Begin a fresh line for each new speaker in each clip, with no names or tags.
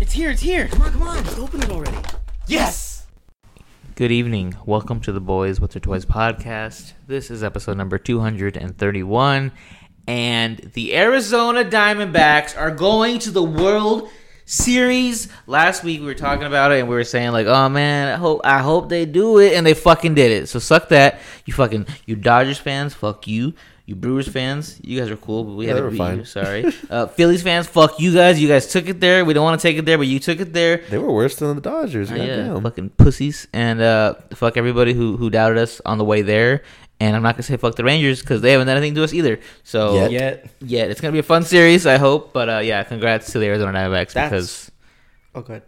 It's here, it's here.
Come on, come on. Just open it already.
Yes!
Good evening. Welcome to the Boys with Their Toys podcast. This is episode number 231. And the Arizona Diamondbacks are going to the World Series. Last week we were talking about it and we were saying like, "Oh man, I hope I hope they do it." And they fucking did it. So suck that. You fucking you Dodgers fans, fuck you. You Brewers fans, you guys are cool, but we had
they
to
were
beat
fine.
you. Sorry. uh, Phillies fans, fuck you guys. You guys took it there. We don't want to take it there, but you took it there.
They were worse than the Dodgers.
Uh, yeah,
goddamn.
fucking pussies, and uh, fuck everybody who who doubted us on the way there. And I'm not gonna say fuck the Rangers because they haven't done anything to us either. So
Yet.
Yet.
yeah, it's gonna be a fun series, I hope. But uh, yeah, congrats to the Arizona Diamondbacks
That's-
because
Oh, good.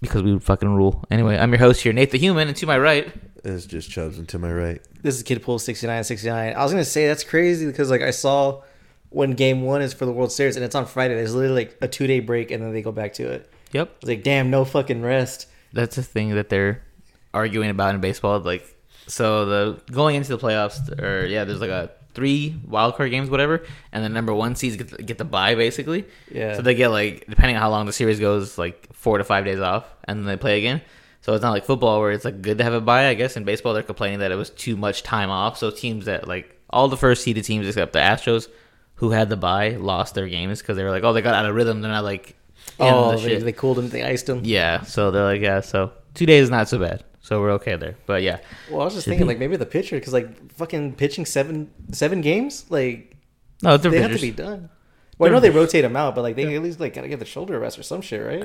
because we would fucking rule. Anyway, I'm your host here, Nate the Human, and to my right,
It's just Chubbs and to my right.
This is Kid Pool 6969. I was going to say that's crazy because, like, I saw when game one is for the World Series and it's on Friday. There's literally like a two day break and then they go back to it.
yep,
It's like, damn, no fucking rest.
that's a thing that they're arguing about in baseball. Like, so the going into the playoffs, or yeah, there's like a three wild card games, whatever, and the number one seeds get the, get the bye basically.
Yeah.
So they get like depending on how long the series goes, like four to five days off, and then they play again. So it's not like football where it's like good to have a bye. I guess in baseball they're complaining that it was too much time off. So teams that like all the first seeded teams except the Astros, who had the bye, lost their games because they were like, oh, they got out of rhythm. They're not like, in
oh,
the
they, they cooled him. They iced him.
yeah, so they're like, yeah, so two days is not so bad. So we're okay there. But yeah,
Well, I was just thinking, like, maybe the pitcher because, like, fucking pitching seven seven games, like,
no, they're
they have
pitchers.
to be done. Well, I know they rotate them out, but, like, they at least, like, got to give the shoulder a rest or some shit, right?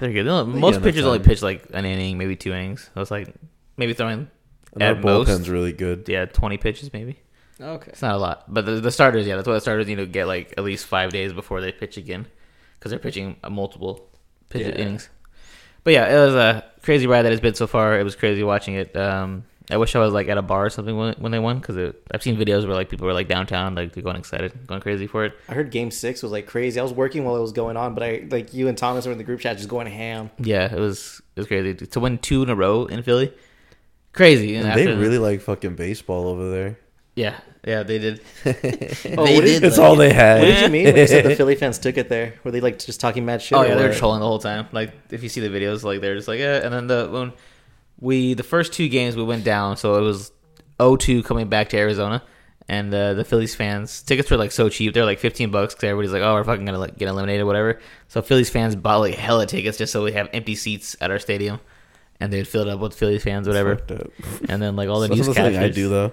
They're good. No,
enough
most pitchers only
time.
pitch like an inning, maybe two innings. So it's like maybe throwing
And
at
our
most,
bullpen's really good.
yeah, twenty pitches maybe.
Okay.
It's not a lot, but the, the starters, yeah, that's why the starters need to get like at least five days before they pitch again, because they're pitching a multiple pitch
Yeah.
innings. But yeah, it was a crazy ride that it's been so far. It was crazy watching it. Um, I wish I was like at a bar or something when, when they won, because I've seen videos where like people were like downtown, like they're going excited, going crazy for it.
I heard game six was like crazy. I was working while it was going on, but I like you and Thomas were in the group chat just going ham.
Yeah, it was it was crazy to win two in a row in Philly. Crazy. And
They
after-
really like fucking baseball over there.
yeah, yeah, they did.
Oh,
They
what
did.
did,
It's all they had.
what did you mean when you said the Philly fans took it there? Were they like just talking mad shit?
Oh
or
yeah, they're
what?
trolling the whole time. Like if you see the videos, like they're just like, eh. and then the when we the first two games we went down, so it was 0-2 coming back to Arizona, and uh, the Phillies fans tickets were like so cheap, they're like fifteen bucks because everybody's like, oh, we're fucking gonna like, get eliminated, whatever. So Phillies fans bought like hella tickets just so we have empty seats at our stadium, and they'd fill it up with Philliys fans, whatever.
Fucked up.
And then like all the
That's
newscasters,
something I do though.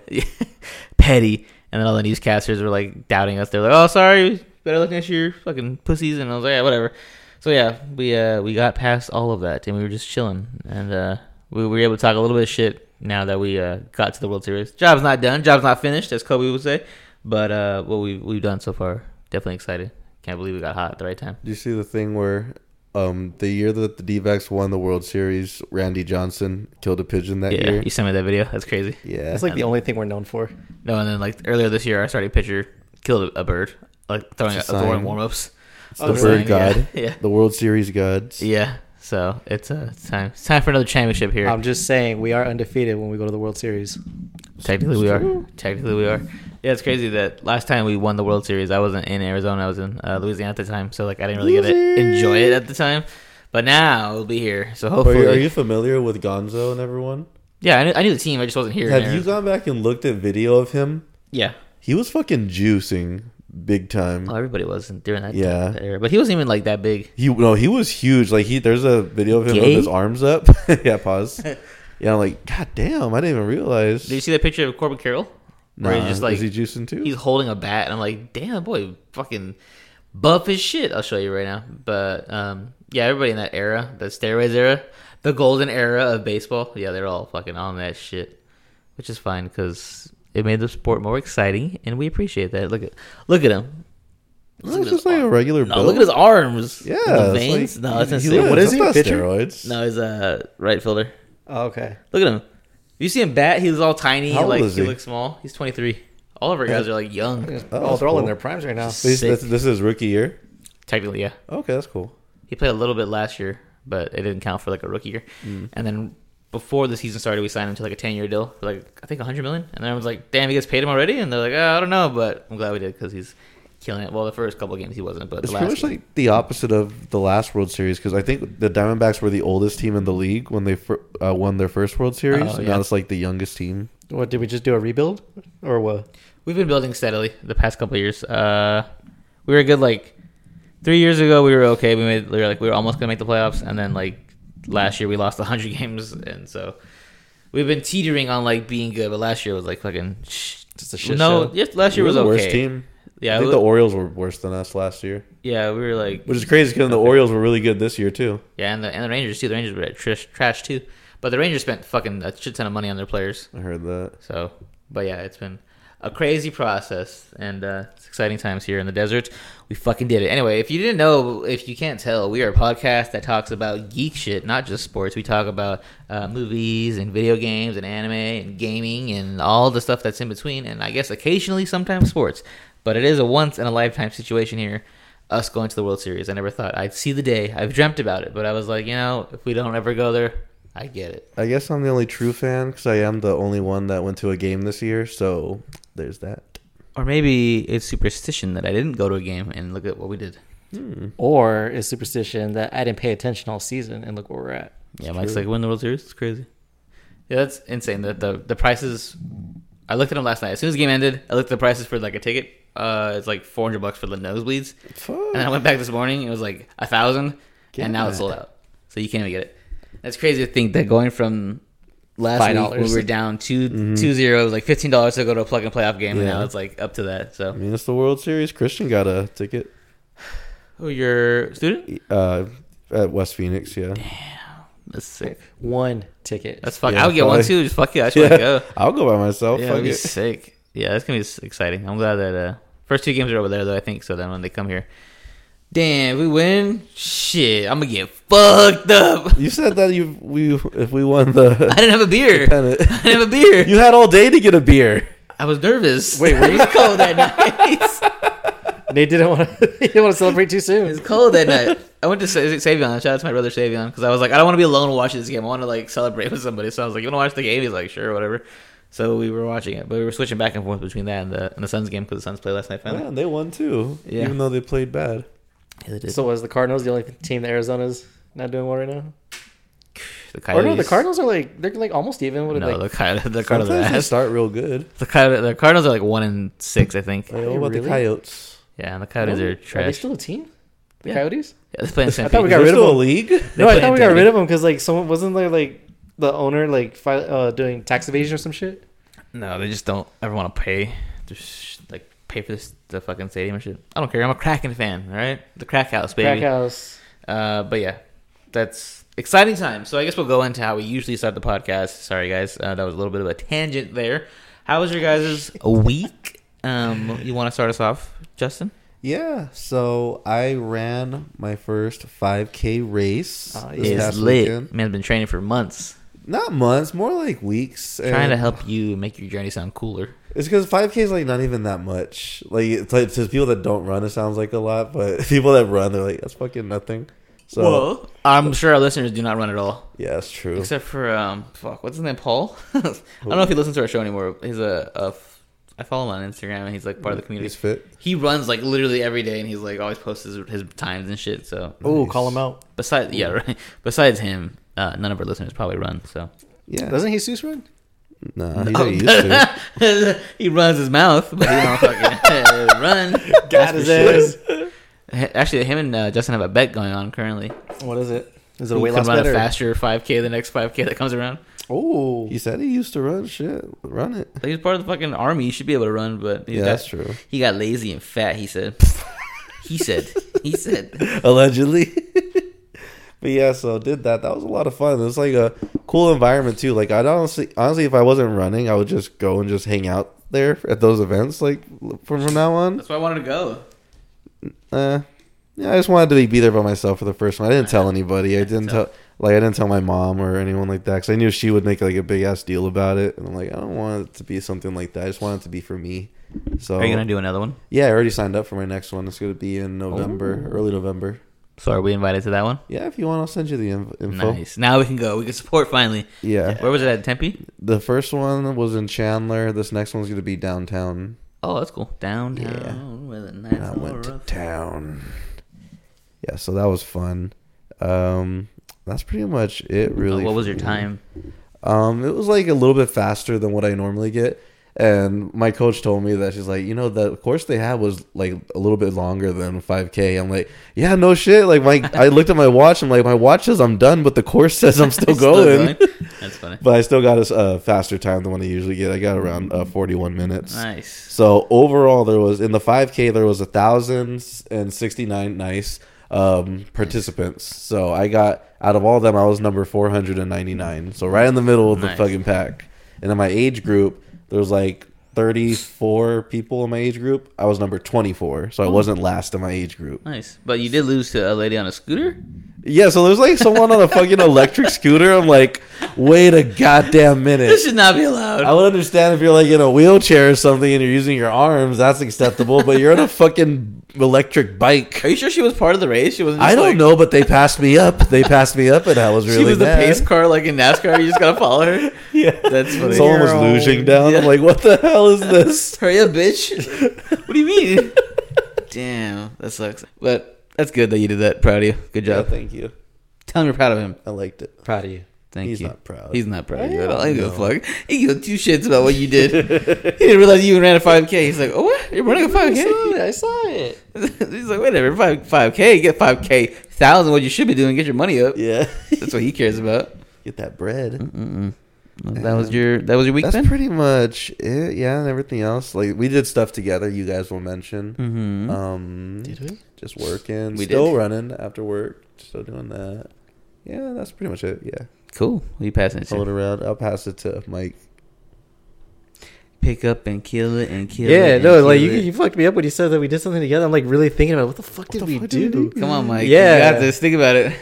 petty. And then all the newscasters were like doubting us. They're like, "Oh, sorry, better look next year, fucking pussies." And I was like, "Yeah, whatever." So yeah, we uh we got past all of that, and we were just chilling, and uh we were able to talk a little bit of shit now that we uh got to the World Series. Job's not done, job's not finished, as Kobe would say. But uh, what we we've done so far, definitely excited. Can't believe we got hot at the right time.
Do you see the thing where um, the year that the D backs won the World Series, Randy Johnson killed a pigeon that
Yeah,
year?
you sent me that video. That's crazy.
Yeah.
That's like the only thing we're known for.
No, and then like earlier this year, our starting pitcher killed a, a bird, like throwing a,
It's a
throwing
sign.
warm ups.
It's
Oh,
the
really?
bird god.
Yeah. yeah.
The World Series gods.
Yeah. So it's uh, it's time. It's time for another championship here.
I'm just saying we are undefeated when we go to the World Series.
Technically, we are. Technically, we are. Yeah, it's crazy that last time we won the World Series, I wasn't in Arizona. I was in uh, Louisiana at the time, so like I didn't really get to enjoy it at the time. But now we'll be here, so
Are
hopefully,
you, are you familiar with Gonzo and everyone?
yeah. I knew, I knew the team. I just wasn't here. in
Have you
Arizona.
gone back and looked at video of him?
Yeah.
He was fucking juicing big time.
Well, everybody wasn't during that.
Yeah.
that era. but he wasn't even like that big.
He no, he was huge. Like he, there's a video of him
Gay?
with his arms up. yeah, pause. yeah, I'm like, god damn, I didn't even realize.
Did you see that picture of Corbin Carroll? Where
Nah,
he's just like
is he juicing too?
he's holding a bat, and I'm like, damn boy, fucking buff as shit. I'll show you right now. But um, yeah, everybody in that era, the steroids era, the golden era of baseball, yeah, they're all fucking on that shit, which is fine because it made the sport more exciting, and we appreciate that. Look at look at him.
No, it's just like a regular.
No,
build.
look at his arms.
yeah,
the
it's
veins.
like-
no, that's
he
insane.
lives.
What is?
he,
That's not
pitcher?
Steroids.
No, he's a right fielder.
Oh, okay.
Look at him. You see him bat? He's all tiny.
How old
like
is
he
he?
looks small. He's 23. All of our guys are like young.
Oh,
that's
they're all in
cool.
their primes right now.
This,
Sick.
this, this is his rookie year.
Technically, yeah.
Okay, that's cool.
He played a little bit last year, but it didn't count for like a rookie year.
Mm.
And then before the season started, we signed him to like a ten-year deal "Uh, for like I think a hundred million. And then I was like, "Damn, he gets paid him already." And they're like, oh, "I don't know," but I'm glad we did because he's killing it. Well, the first couple of games he wasn't, but the
It's
last
pretty much like the opposite of the last World Series because I think the Diamondbacks were the oldest team in the league when they fir- uh, won their first World Series,
Oh,
and
yeah.
now it's like the youngest team.
What did we just do a rebuild or what?
We've been building steadily the past couple of years. Uh, we were good like three years ago. We were okay. We made we were like we were almost gonna make the playoffs, and then like last year we lost hundred games, and so we've been teetering on like being good. But last year was like fucking sh-
Just a shit
no.
show.
Yes, last year
We were
was
the
okay.
worst team.
Yeah,
I think
we-
the Orioles were worse than us last year,
yeah, we were like
which is crazy because the Orioles were really good this year too.
yeah, and the and the Rangers too. The Rangers were trash, trash too, but the Rangers spent fucking a shit ton of money on their players.
I heard that.
So, but yeah, it's been a crazy process and uh, it's exciting times here in the desert. We fucking did it. Anyway, if you didn't know, if you can't tell, we are a podcast that talks about geek shit, not just sports. We talk about uh, movies and video games and anime and gaming and all the stuff that's in between. And I guess occasionally, sometimes sports. But it is a once in a lifetime situation here. Us going to the World Series. I never thought I'd see the day. I've dreamt about it, but I was like, you know, if we don't ever go there, I get it.
I guess I'm the only true fan because I am the only one that went to a game this year. So there's that.
Or maybe it's superstition that I didn't go to a game and look at what we did.
Hmm.
Or is superstition that I didn't pay attention all season and look where we're at?
yeah, Mike's like win the World Series. It's crazy. Yeah, that's insane. The the the prices. I looked at them last night. As soon as the game ended, I looked at the prices for like a ticket. Uh, it's like four hundred bucks for the nosebleeds. And then I went back this morning. It was like a thousand, and now it's sold out. So you can't even get it. That's crazy to think that going from last week
Five
when
dollars. Mm-hmm.
we were down two two zero, it was like fifteen dollars to go to a plug and play off game, and
Yeah.
now it's like up to that.
I
So,
mean, it's the World Series. Christian got a ticket
oh, your student?
uh, at West Phoenix. Yeah,
That's sick.
One ticket.
That's fuck.
Yeah,
I would get one
probably.
too. Just fuck it. I just
yeah.
want to go.
I'll go by myself.
Yeah,
Oh, Fuck
that'd be
it.
sick. Yeah, that's gonna be s- exciting. I'm glad that uh, first two games are over there though. I think so. Then when they come here, damn, if we win. Shit, I'm gonna get fucked up.
You said that you we if we won the
I didn't have a beer. I
pennant,
didn't have a beer.
you had all day to get a beer.
I was nervous.
Wait, were
it
you-
was cold that night.
Nate didn't want to. he didn't want to celebrate too
it was
soon.
cold that night. I went to Sa- Savion. Shout out to my brother Savion because I was like, I don't want to be alone watching this game. I want to like celebrate with somebody. So I was like, you want to watch the game? He's like, sure, whatever. So we were watching it, but we were switching back and forth between that and the and the Suns game because the Suns played last night finally.
Yeah, they won too.
Yeah.
Even though they played bad.
Yeah, they did.
So was the Cardinals the only team that Arizona's not doing well right now?
the
Or no, the
Coyotes-
Cardinals are like they're like almost even. What are
No,
like,
the, Coy- the Cardinals.
Sometimes they
are ass.
start real good.
The, Coy- the Cardinals are like one and six, I think.
Like, what about
Really?
the Coyotes?
Yeah, and the Coyotes
are
are
they
trash.
still a team? The
Yeah.
Coyotes?
yeah, they're playing San
I thought
Is
we got
Pedro.
there still a
rid of them.
league?
They
no, I
play
thought we
in
got rid
Denver.
of them because like someone wasn't there like the owner like fi- uh, doing tax evasion or some shit.
No, they just don't ever want to pay. Just like pay for this the fucking stadium and shit. I don't care. I'm a Kraken fan. All right, the Crack House, baby.
Crack house.
Uh, but yeah, that's exciting time. So I guess we'll go into how we usually start the podcast. Sorry guys, uh, that was a little bit of a tangent there. How was your guys' week? Um, you want to start us off, Justin?
Yeah. So I ran my first 5K race
Oh,
this
yeah.
past
It's Uh, lit.
weekend.
Man's been training for months,
Not months, more like weeks.
trying
and
to help you make your journey sound cooler.
It's because 5K is like not even that much. Like, it's like to people that don't run, it sounds like a lot, but people that run, they're like, that's fucking nothing. So
well, I'm sure our listeners do not run at all,
yeah, it's true.
except for um, fuck, what's his name, Paul? I don't know if he listens to our show anymore. He's a, a f- I follow him on Instagram, and he's like part of the community.
He's fit.
he runs like literally every day, and he's like always posts his, his times and shit. So
Oh,
Nice.
call him out.
besides, yeah, right. Besides him, uh, none of our listeners probably run. So
Yeah.
Doesn't Jesus run?
Nah, he's not used to.
he runs his mouth, but he don't fucking run.
God is it.
Actually, him and uh, Justin have a bet going on currently.
What is it? Is it a
Who
weight
can
loss
run
bet?
a
or-
faster 5K the next 5K that comes around?
Oh,
He said he used to run shit. Run it.
Like, he's part of the fucking army. He should be able to run, but he
yeah,
got,
that's true.
He got lazy and fat. He said. he said. He said.
Allegedly. but yeah, so did that. That was a lot of fun. It was like a cool environment too. Like I'd honestly honestly if I wasn't running, I would just go and just hang out there at those events like from, from now on.
That's why I wanted to go.
Uh yeah, I just wanted to be there by myself for the first one. I didn't tell anybody. I didn't
so-
tell like I didn't tell my mom or anyone like that cuz I knew she would make like a big ass deal about it. And I'm like, I don't want it to be something like that. I just want it to be for me. So
Are you gonna do another one?
Yeah, I already signed up for my next one. It's going to be in November, early November.
So are we invited to that one?
Yeah, if you want, I'll send you the inv- info.
Nice. Now we can go. We can support finally.
Yeah.
Where was it at Tempe?
The first one was in Chandler. This next one's going to be downtown.
Oh, that's cool. Downtown with a nice
and I
little
went to
rough-
town. Yeah, so that was fun. Um, that's pretty much it,
Uh,
really.
Oh, what was
for
your
me.
time?
Um, it was like a little bit faster than what I normally get. And my coach told me that she's like, you know, the course they had was like a little bit longer than 5K. I'm like, yeah, no shit. Like my, I looked at my watch. I'm like, my watch says I'm done, but the course says I'm still, going.
That's funny.
But I still got a s- a faster time than what I usually get. I got around uh, 41 minutes.
Nice.
So overall, there was in the 5K there was a thousand and sixty nine nice um, participants. So I got out of all them, I was number 499. So right in the middle of the
Nice.
fucking pack. And in my age group, there was like 34 people in my age group. I was number 24, so I wasn't last in my age group.
Nice. But you did lose to a lady on a scooter?
Yeah, so there's like someone on a fucking electric scooter. I'm like, wait a goddamn minute.
This should not be allowed.
I would understand if you're like in a wheelchair or something and you're using your arms, that's acceptable. but you're on a fucking electric bike.
Are you sure she was part of the race? She wasn't just
I don't
like-
know, but they passed me up. They passed me up, and I was really
she was
mad.
the pace car like in NASCAR. You just gotta follow her.
Yeah,
That's funny.
someone was
Girl.
losing down. I'm
Yeah.
like, what the hell is this?
Hurry up, bitch. what do you mean? Damn, that sucks. But that's good that you did that. Proud of you. Good job.
thank you.
Tell him you're proud of him.
I liked it.
Proud of you.
Thank
He's
you.
not proud.
He's not proud of you
Uh, I
at all. He gives a
know.
fuck. He gives two shits about what you did. he didn't realize you even ran a 5K. He's like, oh, what? You're running a 5K?
I saw it.
He's like, whatever, 5, 5K, get 5K. Thousand, what you should be doing, get your money up.
Yeah,
That's what he Mm-hmm. cares about.
get that bread.
Mm-mm. That was your that was your week
That's
then?
pretty much it. Yeah, and everything else. Like we did stuff together. You guys will mention.
mm-hmm.
Um,
we?
Just working.
We
still
did.
running after work. Still doing that. Yeah, that's pretty much it. Yeah.
cool. Who you passing it
Hold
to?
around. I'll pass it to Mike.
Pick up and kill it and kill it.
Yeah,
and
no, like
kill
you,
it.
you fucked me up when you said that we did something together. I'm like really thinking about what the fuck did
the
we
fuck
do?
did we do?
Come on, Mike.
Yeah.
You got this. Think about it.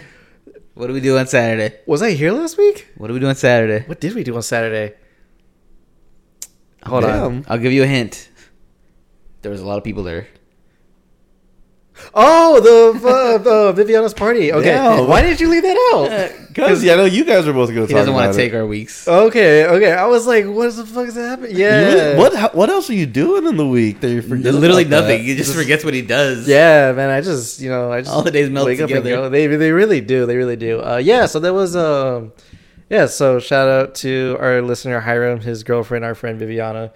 What do we do on Saturday?
Was I here last week?
What do we do on Saturday?
What did we do on Saturday? Hold on.
Damn.
I'll give you a hint. There was a lot of people there.
Oh, the uh, the Viviana's party. Okay,
Damn.
why did you leave that out?
Because yeah, I know you guys are both going to talk
He doesn't
want to
take our weeks.
Oh, Okay, okay. I was like, what the fuck is happening? Yeah,
What how- What else are you doing in the week that you're forgetting?
Literally
about
nothing. He
That?
just forgets what he does.
Yeah, man. I just you know, I just
All the days melt together.
They they really do. They really do. Uh, yeah. So there was um, yeah. So shout out to our listener Hiram, his girlfriend, our friend Viviana.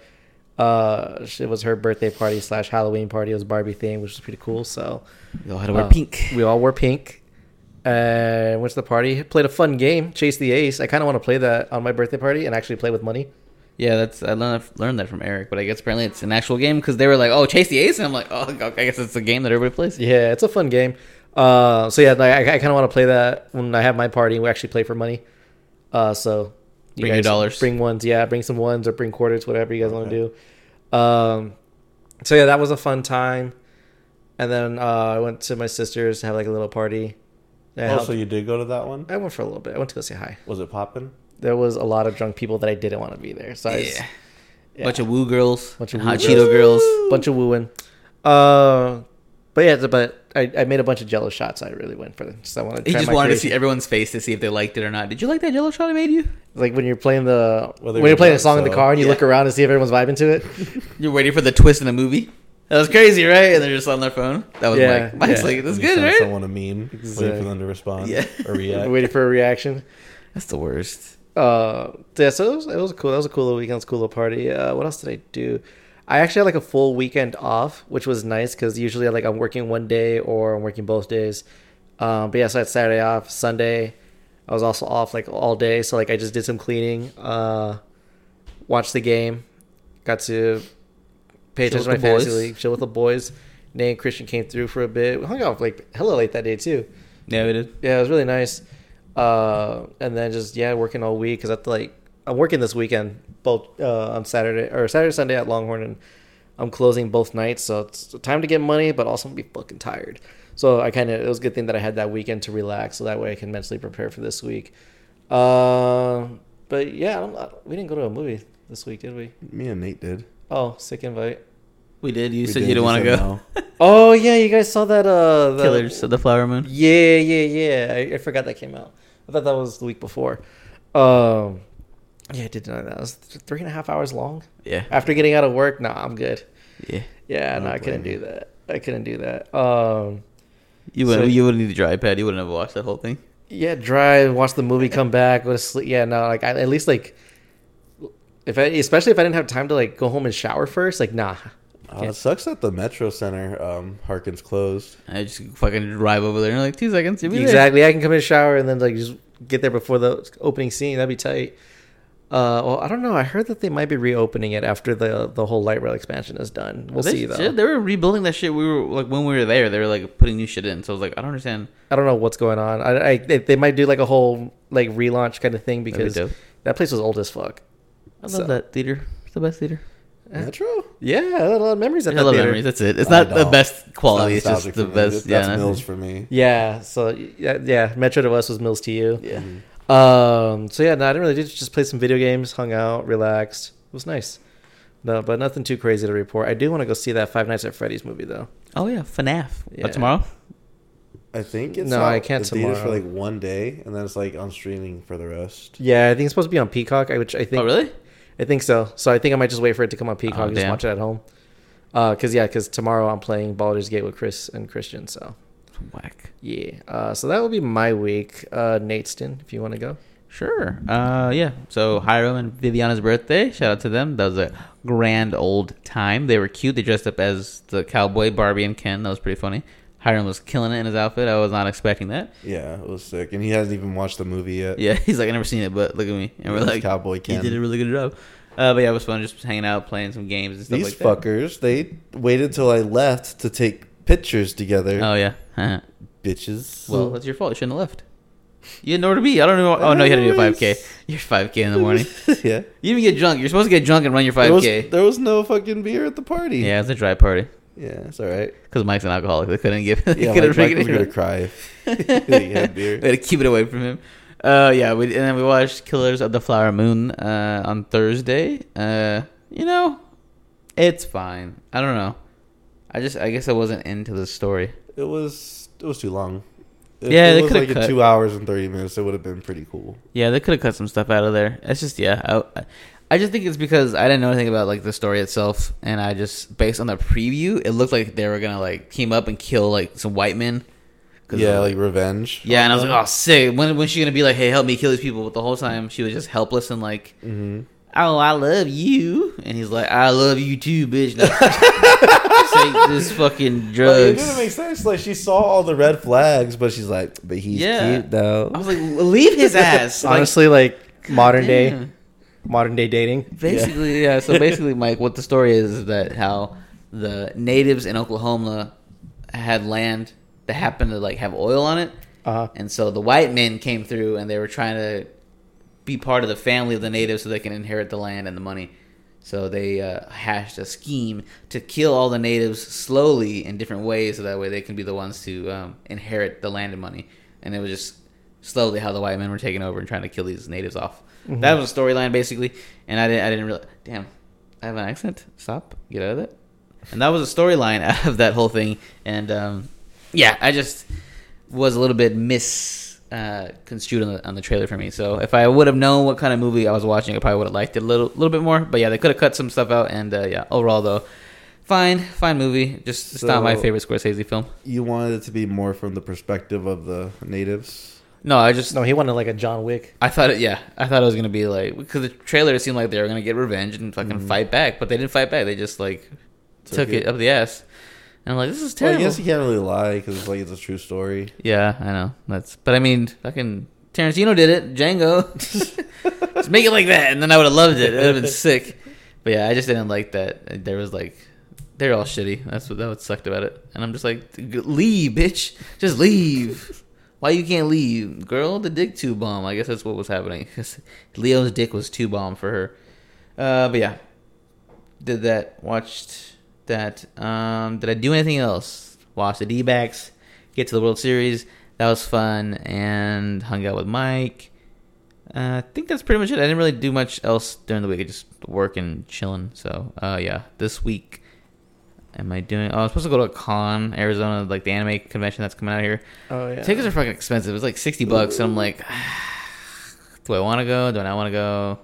Uh, it was her birthday party slash Halloween party. It was Barbie theme, which was pretty cool. So
We all had to wear
uh,
pink.
We all wore pink. And went to the party. Played a fun game, chase the ace. I kind of want to play that on my birthday party and actually play with money.
Yeah, that's I learned, learned that from Eric, but I guess apparently it's an actual game because they were like, "Oh, chase the ace," and I'm like, "Oh, I guess it's a game that everybody plays."
Yeah, it's a fun game. Uh, so yeah, like, I, I kind of want to play that when I have my party. We actually play for money. Uh, so you
Bring your
guys
dollars.
Bring ones, yeah. Bring some ones or bring quarters, whatever you guys want to do. Um, so yeah, that was a fun time. And then uh, I went to my sister's to have like a little party. I,
Oh,
helped-
so you did go to that one?
I went for a little bit. I went to go say hi.
Was it popping?
There was a lot of drunk people that I didn't want to be there. So I just-
Yeah. bunch of woo girls,
Bunch
bunch
of
of
woo
hot
girls.
Cheeto girls.
bunch of wooing. Uh, but yeah, but I, I made a bunch of jello shots. I really went for them. So I wanted to
He
try
just
my
wanted to
creation.
see everyone's face to see if they liked it or not. Did you like that yellow shot I made you?
like when you're playing the
Well, they
when
were
you're playing a
drunk,
song in the
so-
car and you
Yeah.
look around and see if everyone's vibing to it.
You're waiting for the twist in the movie. That was crazy, right? And they're just on their phone. That was
Yeah,
Mike. Mike's
yeah.
like, "That's
When you
good,
send
right?"
Someone a meme, waiting for them to respond
Yeah.
or react.
Waiting for a reaction.
That's the worst.
Uh, yeah, so it was, it was cool. That was a cool little weekend. It was a cool little party. Uh, what else did I do? I actually had like a full weekend off, which was nice because usually like I'm working one day or I'm working both days. Um, but yeah, so I had Saturday off. Sunday, I was also off like all day. So like I just did some cleaning, uh, watched the game, got to pay
Chill
attention to my
with the
fantasy
boys.
league, chill with the boys. Nate and Christian came through for a bit. We hung out like hella late that day too.
Yeah, we did.
Yeah, it was really nice. Uh, and then just yeah, working all week because I have to, like I'm working this weekend both uh, on Saturday or Saturday Sunday at Longhorn, and I'm closing both nights, so it's time to get money, but also be fucking tired. So I kind of it was a good thing that I had that weekend to relax, so that way I can mentally prepare for this week. Uh, but yeah, I'm not, we didn't go to a movie this week, did we?
Me and Nate did.
Oh, sick invite.
We did. You
We
said
did,
you didn't want to
said
go.
no.
Oh yeah, you guys saw that uh the,
Killers of the Flower Moon.
Yeah, yeah, yeah. I, I forgot that came out. I thought that was the week before. Um, yeah, I did know that. It was th- three and a half hours long.
Yeah.
After getting out of work, nah, I'm good.
Yeah.
Yeah, no,
don't
I couldn't
blame
do that. I couldn't do that. Um,
You wouldn't.
So-
you wouldn't need the dry pad. You wouldn't have watched that whole thing.
yeah, drive, watch the movie, come back, go to sleep. Yeah, no, like I, at least like if I, especially if I didn't have time to like go home and shower first, like nah.
Uh, it sucks that the Metro Center um, Harkins closed.
I just fucking drive over there and like two seconds. You'll be exactly.
Exactly. I can come in the shower and then like just get there before the opening scene. That'd be tight. Uh, well, I don't know. I heard that they might be reopening it after the the whole light rail expansion is done. We'll see though.
They were rebuilding that shit. We were like when we were there, they were like putting new shit in. So I was like, I don't understand.
I don't know what's going on. I, I they, they might do like a whole like relaunch kind of thing
That'd be
because
dope.
that place was old as fuck.
I love
So-
that theater. It's the best theater.
Metro?
Yeah, I had a lot of memories
I
at that
love
theater.
memories. That's it. Uh, It's
I
not the
know.
best quality.
not
It's, just
nostalgic
the
for me.
best.
That- That's
yeah.
Mills for me.
Yeah, so yeah, yeah, Metro to us was Mills to you.
Yeah.
Um, so yeah, no, I didn't really do just play some video games, hung out, relaxed. It was nice. No, but nothing too crazy to report. I do want to go see that Five Nights at Freddy's movie though.
Oh yeah, Oh, FNAF.
Yeah.
But tomorrow.
I think it's
No,
out
I can't
in theaters for
tomorrow.
like one day, and then it's like on streaming for the rest.
Yeah, I think it's supposed to be on Peacock. I- Which I think.
oh really?
I think so. So I think I might just wait for it to come on Peacock
Oh,
and just
damn.
watch it at home. Uh, cause yeah, cause tomorrow I'm playing Baldur's Gate with Chris and Christian. So
Whack.
yeah, uh, so that will be my week. Uh, Nateston, if you want to go.
Sure. Uh, yeah. So Hiram and Viviana's birthday. Shout out to them. That was a grand old time. They were cute. They dressed up as the cowboy Barbie and Ken. That was pretty funny. Hiram was killing it in his outfit. I was not expecting that.
Yeah, it was sick, and he hasn't even watched the movie yet.
Yeah, he's like, I never seen it, but look at me. And we're
It's
like,
Uh, Cowboy Ken.
He did a really good job. Uh, but yeah, it was fun just hanging out, playing some games and stuff like
These
that.
fuckers, they waited till I left to take pictures together.
Oh yeah.
Bitches.
well, that's your fault. You shouldn't have left. You had nowhere to be. I don't know. Oh no, you had to do a 5K. You're 5K in the morning.
yeah.
You didn't even get drunk. You're supposed to get drunk and run your
There was,
5K.
there was no fucking beer at the party.
Yeah, it's a dry party.
Yeah, it's all right.
Because Mike's an alcoholic. They couldn't give. They
Yeah,
couldn't
like,
bring it
Michael's gonna
in.
cry. if he had beer.
We had to keep it away from him. Uh, yeah, we, and then we watched Killers of the Flower Moon uh, on Thursday. Uh, you know, it's fine. I don't know. I just, I guess I wasn't into the story.
It was it was too long. If
Yeah, they
it was
coulda
like in
cut.
two hours and thirty minutes. It would have been pretty cool.
Yeah, they could have cut some stuff out of there. It's just, yeah, I, I just think it's because I didn't know anything about like the story itself, and I just based on the preview, it looked like they were gonna like team up and kill like some white men. 'Cause,
Yeah,
uh,
like revenge.
Yeah, and I was like, oh, sick. When when's she gonna be like, hey, help me kill these people? But the whole time she was just helpless and like,
Mm-hmm.
oh, I love you, and he's like, I love you too, bitch. Now, take this fucking
Like, it
drugs.
didn't make sense. Like she saw all the red flags, but she's like, but he's
Yeah. Oh.
cute though.
I was like, leave his ass. Like,
Honestly, like, modern day,
damn.
modern day dating.
basically yeah. so basically mike what the story is is that how the natives in oklahoma had land that happened to like have oil on it
Uh,
and so the white men came through and they were trying to be part of the family of the natives so they can inherit the land and the money so they uh, hashed a scheme to kill all the natives slowly in different ways so that way they can be the ones to um, inherit the land and money and it was just slowly how the white men were taking over and trying to kill these natives off that was a storyline basically and i didn't i didn't realize damn i have an accent stop get out of that and that was a storyline out of that whole thing and um, yeah i just was a little bit mis uh, construed on the, on the trailer for me. So if I would have known what kind of movie I was watching, I probably would have liked it a little little bit more. But yeah, they could have cut some stuff out. And uh, yeah, overall though, fine, fine movie. Just it's not my
So-
favorite Scorsese film.
You wanted it to be more from the perspective of the natives.
No, I just
no, he wanted like a John Wick.
I thought it. Yeah, I thought it was gonna be like because the trailer seemed like they were gonna get revenge and fucking fight back, but they didn't fight back. They just like took,
Took
it.
it.
up the ass. And I'm like, this is
Well, I
terrible.
guess you can't really lie because it's like it's a true story.
Yeah, I know. That's but I mean, fucking Tarantino did it. Django, just make it like that, and then I would have loved it. It would have been sick. But yeah, I just didn't like that. There was like, they're all shitty. That's what that what sucked about it. And I'm just like, leave, bitch, just leave. Why you can't leave, girl? The dick tube bomb. I guess that's what was happening. 'Cause Leo's dick was tube bomb for her. Uh, but yeah, did that. Watched that. Um, did I do anything else? Watched the D backs. Get to the World Series. That was fun, and hung out with Mike. Uh, I think that's pretty much it. I didn't really do much else during the week. I just work and chilling. So, uh, yeah, this week. Am I doing? Oh, I was supposed to go to a con, Arizona, like the anime convention that's coming out here.
Oh yeah.
Tickets are fucking expensive. It's like sixty bucks, and I'm like, do I want to go? Do I not want to go?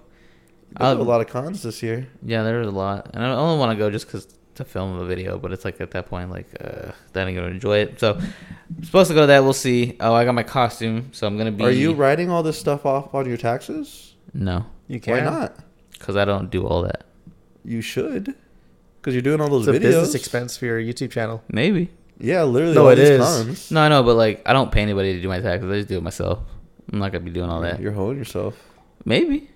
I
I'll- Um,
do a lot of cons this year.
Yeah, there was a lot, and I only want to go just because it's a film of a video, but it's like at that point, like uh, then I'm gonna enjoy it. So I'm supposed to go to that. We'll see. Oh, I got my costume, so I'm gonna be.
Are you writing all this stuff off on your taxes?
No,
You can.
Why not?
because I don't do all that.
You should, because you're doing all those
It's a
videos.
business expense for your YouTube channel.
Maybe.
Yeah, literally.
No,
all
it
these
is.
cons.
No, I know, but like I don't pay anybody to do my taxes. I just do it myself. I'm not gonna be doing all that.
You're holding yourself.
Maybe.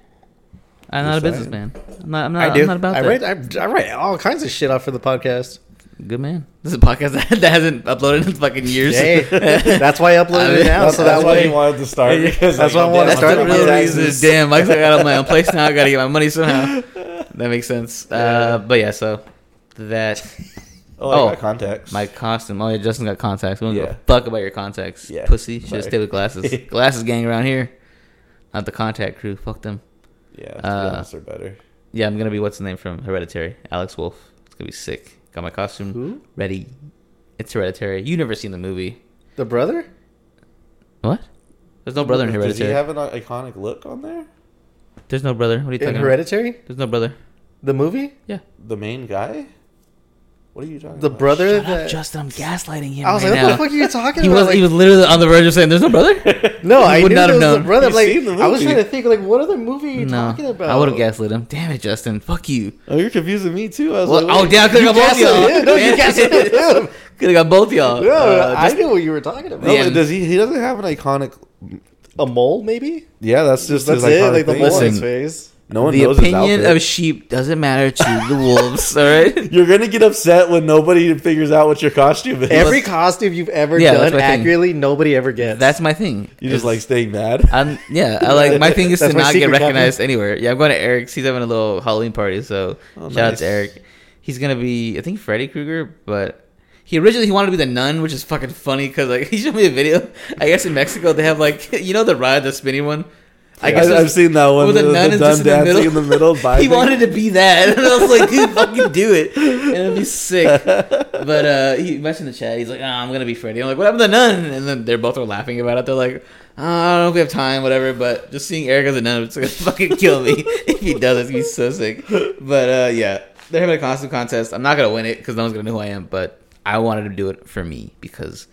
I'm not a
You're
businessman. I'm not. I'm not, I'm not about
I
that.
write, I, I write all kinds of shit off for the podcast.
Good man. This is a podcast that hasn't uploaded in fucking years.
Hey, that's why I uploaded it now.
That's,
So that
that's why
way,
you wanted to start. because,
That's
like,
why I
you
wanted to
That's
didn't
start
the
want
with
real
my
reason.
taxes.
Damn, Mike's like, I got on my own place now. I gotta get my money somehow. That makes sense. Uh, but yeah, so that
Oh, I
Oh.
got contacts.
my costume. Oh yeah, Justin got contacts. We don't give
Yeah.
a fuck about your contacts,
Yeah.
pussy. Should
Sorry.
have stayed with glasses. glasses gang around here. Not the contact crew. Fuck them.
Yeah, to be
Uh,
honest, they're better.
Yeah, I'm gonna be what's the name from Hereditary? Alex Wolf. It's gonna be sick. Got my costume
Who?
ready. It's Hereditary. You never seen the movie?
the brother.
What? There's no brother in
Does he
Hereditary.
have an uh, iconic look on there?
There's no brother. What are you
In
talking
Uh, Hereditary,
about? There's no brother.
the movie,
Yeah.
The main guy? What are you talking
the
about?
brother.
Shut up,
That,
Justin. I'm gaslighting him
I was
right
like,
now.
what the fuck are you talking
He
about?
was,
Like,
he was literally on the verge of saying, "There's no brother."
no, I
would
knew
not
there
have
was the
known.
brother.
You've
like,
seen the
I was
movie.
trying to think, like, what other movie are you
no,
talking about?
I would have gaslit him. Damn it, Justin. Fuck you.
Oh, you're confusing me too. I was
Well,
like,
oh,
wait.
damn, I could
You
have got both y'all.
gaslit him. No, you gaslit him.
Could have got both y'all.
No,
Uh,
I knew what you were talking about.
No,
Yeah.
but does he? He doesn't have an iconic.
A mole, maybe.
Yeah, that's just
That's
his
it.
iconic
Like the
thing.
mole in his
Listen.
face.
No one
the
knows his
opinion
outfit.
of sheep doesn't matter to the wolves. All right.
You're gonna get upset when nobody figures out what your costume is.
Every costume you've ever
Yeah, that's
done
my thing.
accurately, nobody ever gets.
That's my thing.
you
It's-
just like staying mad.
I'm, yeah, I like my thing is to
That's my
not get
secret, Captain.
recognized anywhere. Yeah, I'm going to Eric's. He's having a little Halloween party, so
Oh,
shout out
nice.
to Eric. He's gonna be, I think, Freddy Krueger, but he originally he wanted to be the nun, which is fucking funny because like he showed me a video. I guess in Mexico they have like you know the ride, the spinning one. I
I,
it's-
I've seen that one.
well,
The,
the
the,
nun is
dumb
just in the
dancing in
middle.
the middle.
he
vibing.
wanted to be that, and I was like, dude, fucking do it, and it'd be sick. But uh, he mentioned the chat. He's like, oh, I'm gonna be Freddy. I'm like, what happened to the nun? And then they're both are laughing about it. They're like, oh, I don't know if we have time, whatever. But just seeing Eric as a nun, it's gonna fucking kill me if he does. It's gonna be so sick. But uh, yeah, they're having a costume contest. I'm not gonna win it because no one's gonna know who I am. But I wanted to do it for me because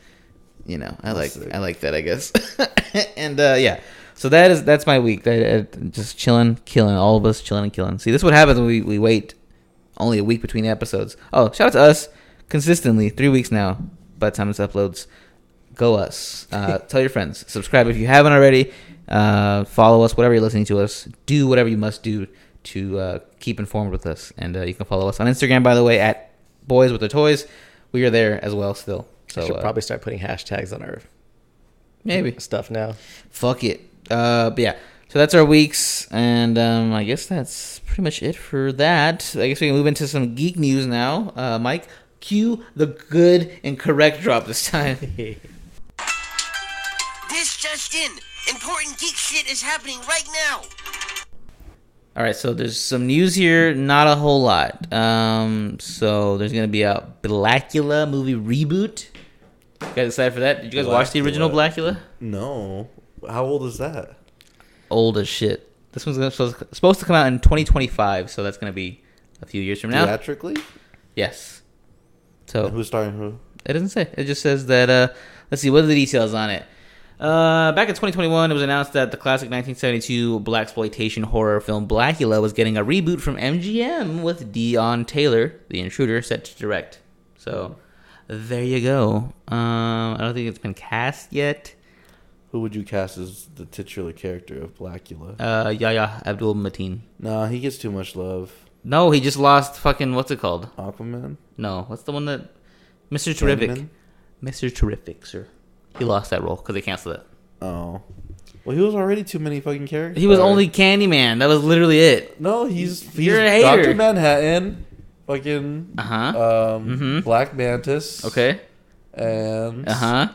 you know I like
sick.
I like that I guess. and uh, yeah. So that is that's my week. That uh, just chilling, killing all of us, chilling and killing. See, this is what happens when we, we wait only a week between episodes. Oh, shout out to us consistently three weeks now. By the time this uploads, go us. Uh, tell your friends. Subscribe if you haven't already. Uh, follow us whatever you're listening to us. Do whatever you must do to uh, keep informed with us. And uh, you can follow us on Instagram by the way at Boys with the Toys. We are there as well still. So
I should
uh,
probably start putting hashtags on our
maybe
stuff now.
fuck it. Uh, but yeah, so that's our weeks, and um, I guess that's pretty much it for that. I guess we can move into some geek news now. Uh, Mike, cue the good and correct drop this time.
This just in. Important geek shit is happening right now.
All right, so there's some news here, not a whole lot. Um, so there's gonna be a Blackula movie reboot. You guys excited for that? Did you guys watch the original Blackula?
No. How old is that?
Old as shit. This one's gonna, supposed- supposed to come out in 2025, so that's gonna be a few years from now. Oh.
Theatrically?
Yes. So
Who's starring who?
It doesn't say. It just says that. Uh, let's see. What are the details on it? Uh, back in 2021, it was announced that the classic 1972 black exploitation horror film Blackula was getting a reboot from MGM with Dion Taylor, the intruder, set to direct. So there you go. Um, I don't think it's been cast yet.
Who would you cast as the titular character of Blackula?
Uh, Yahya Abdul Mateen.
nah, he gets too much love.
No, he just lost fucking what's it called?
Aquaman?
No, what's the one that Mr. Terrific?
Candyman?
Mr. Terrific, sir. He lost that role because they canceled it.
Oh. Well, he was already too many fucking characters.
He was only Candyman. That was literally it.
No, he's, he's
You're a hater.
Dr. Manhattan, fucking
Uh huh.
um,
Mhm.
Black Mantis.
okay.
And
Uh huh.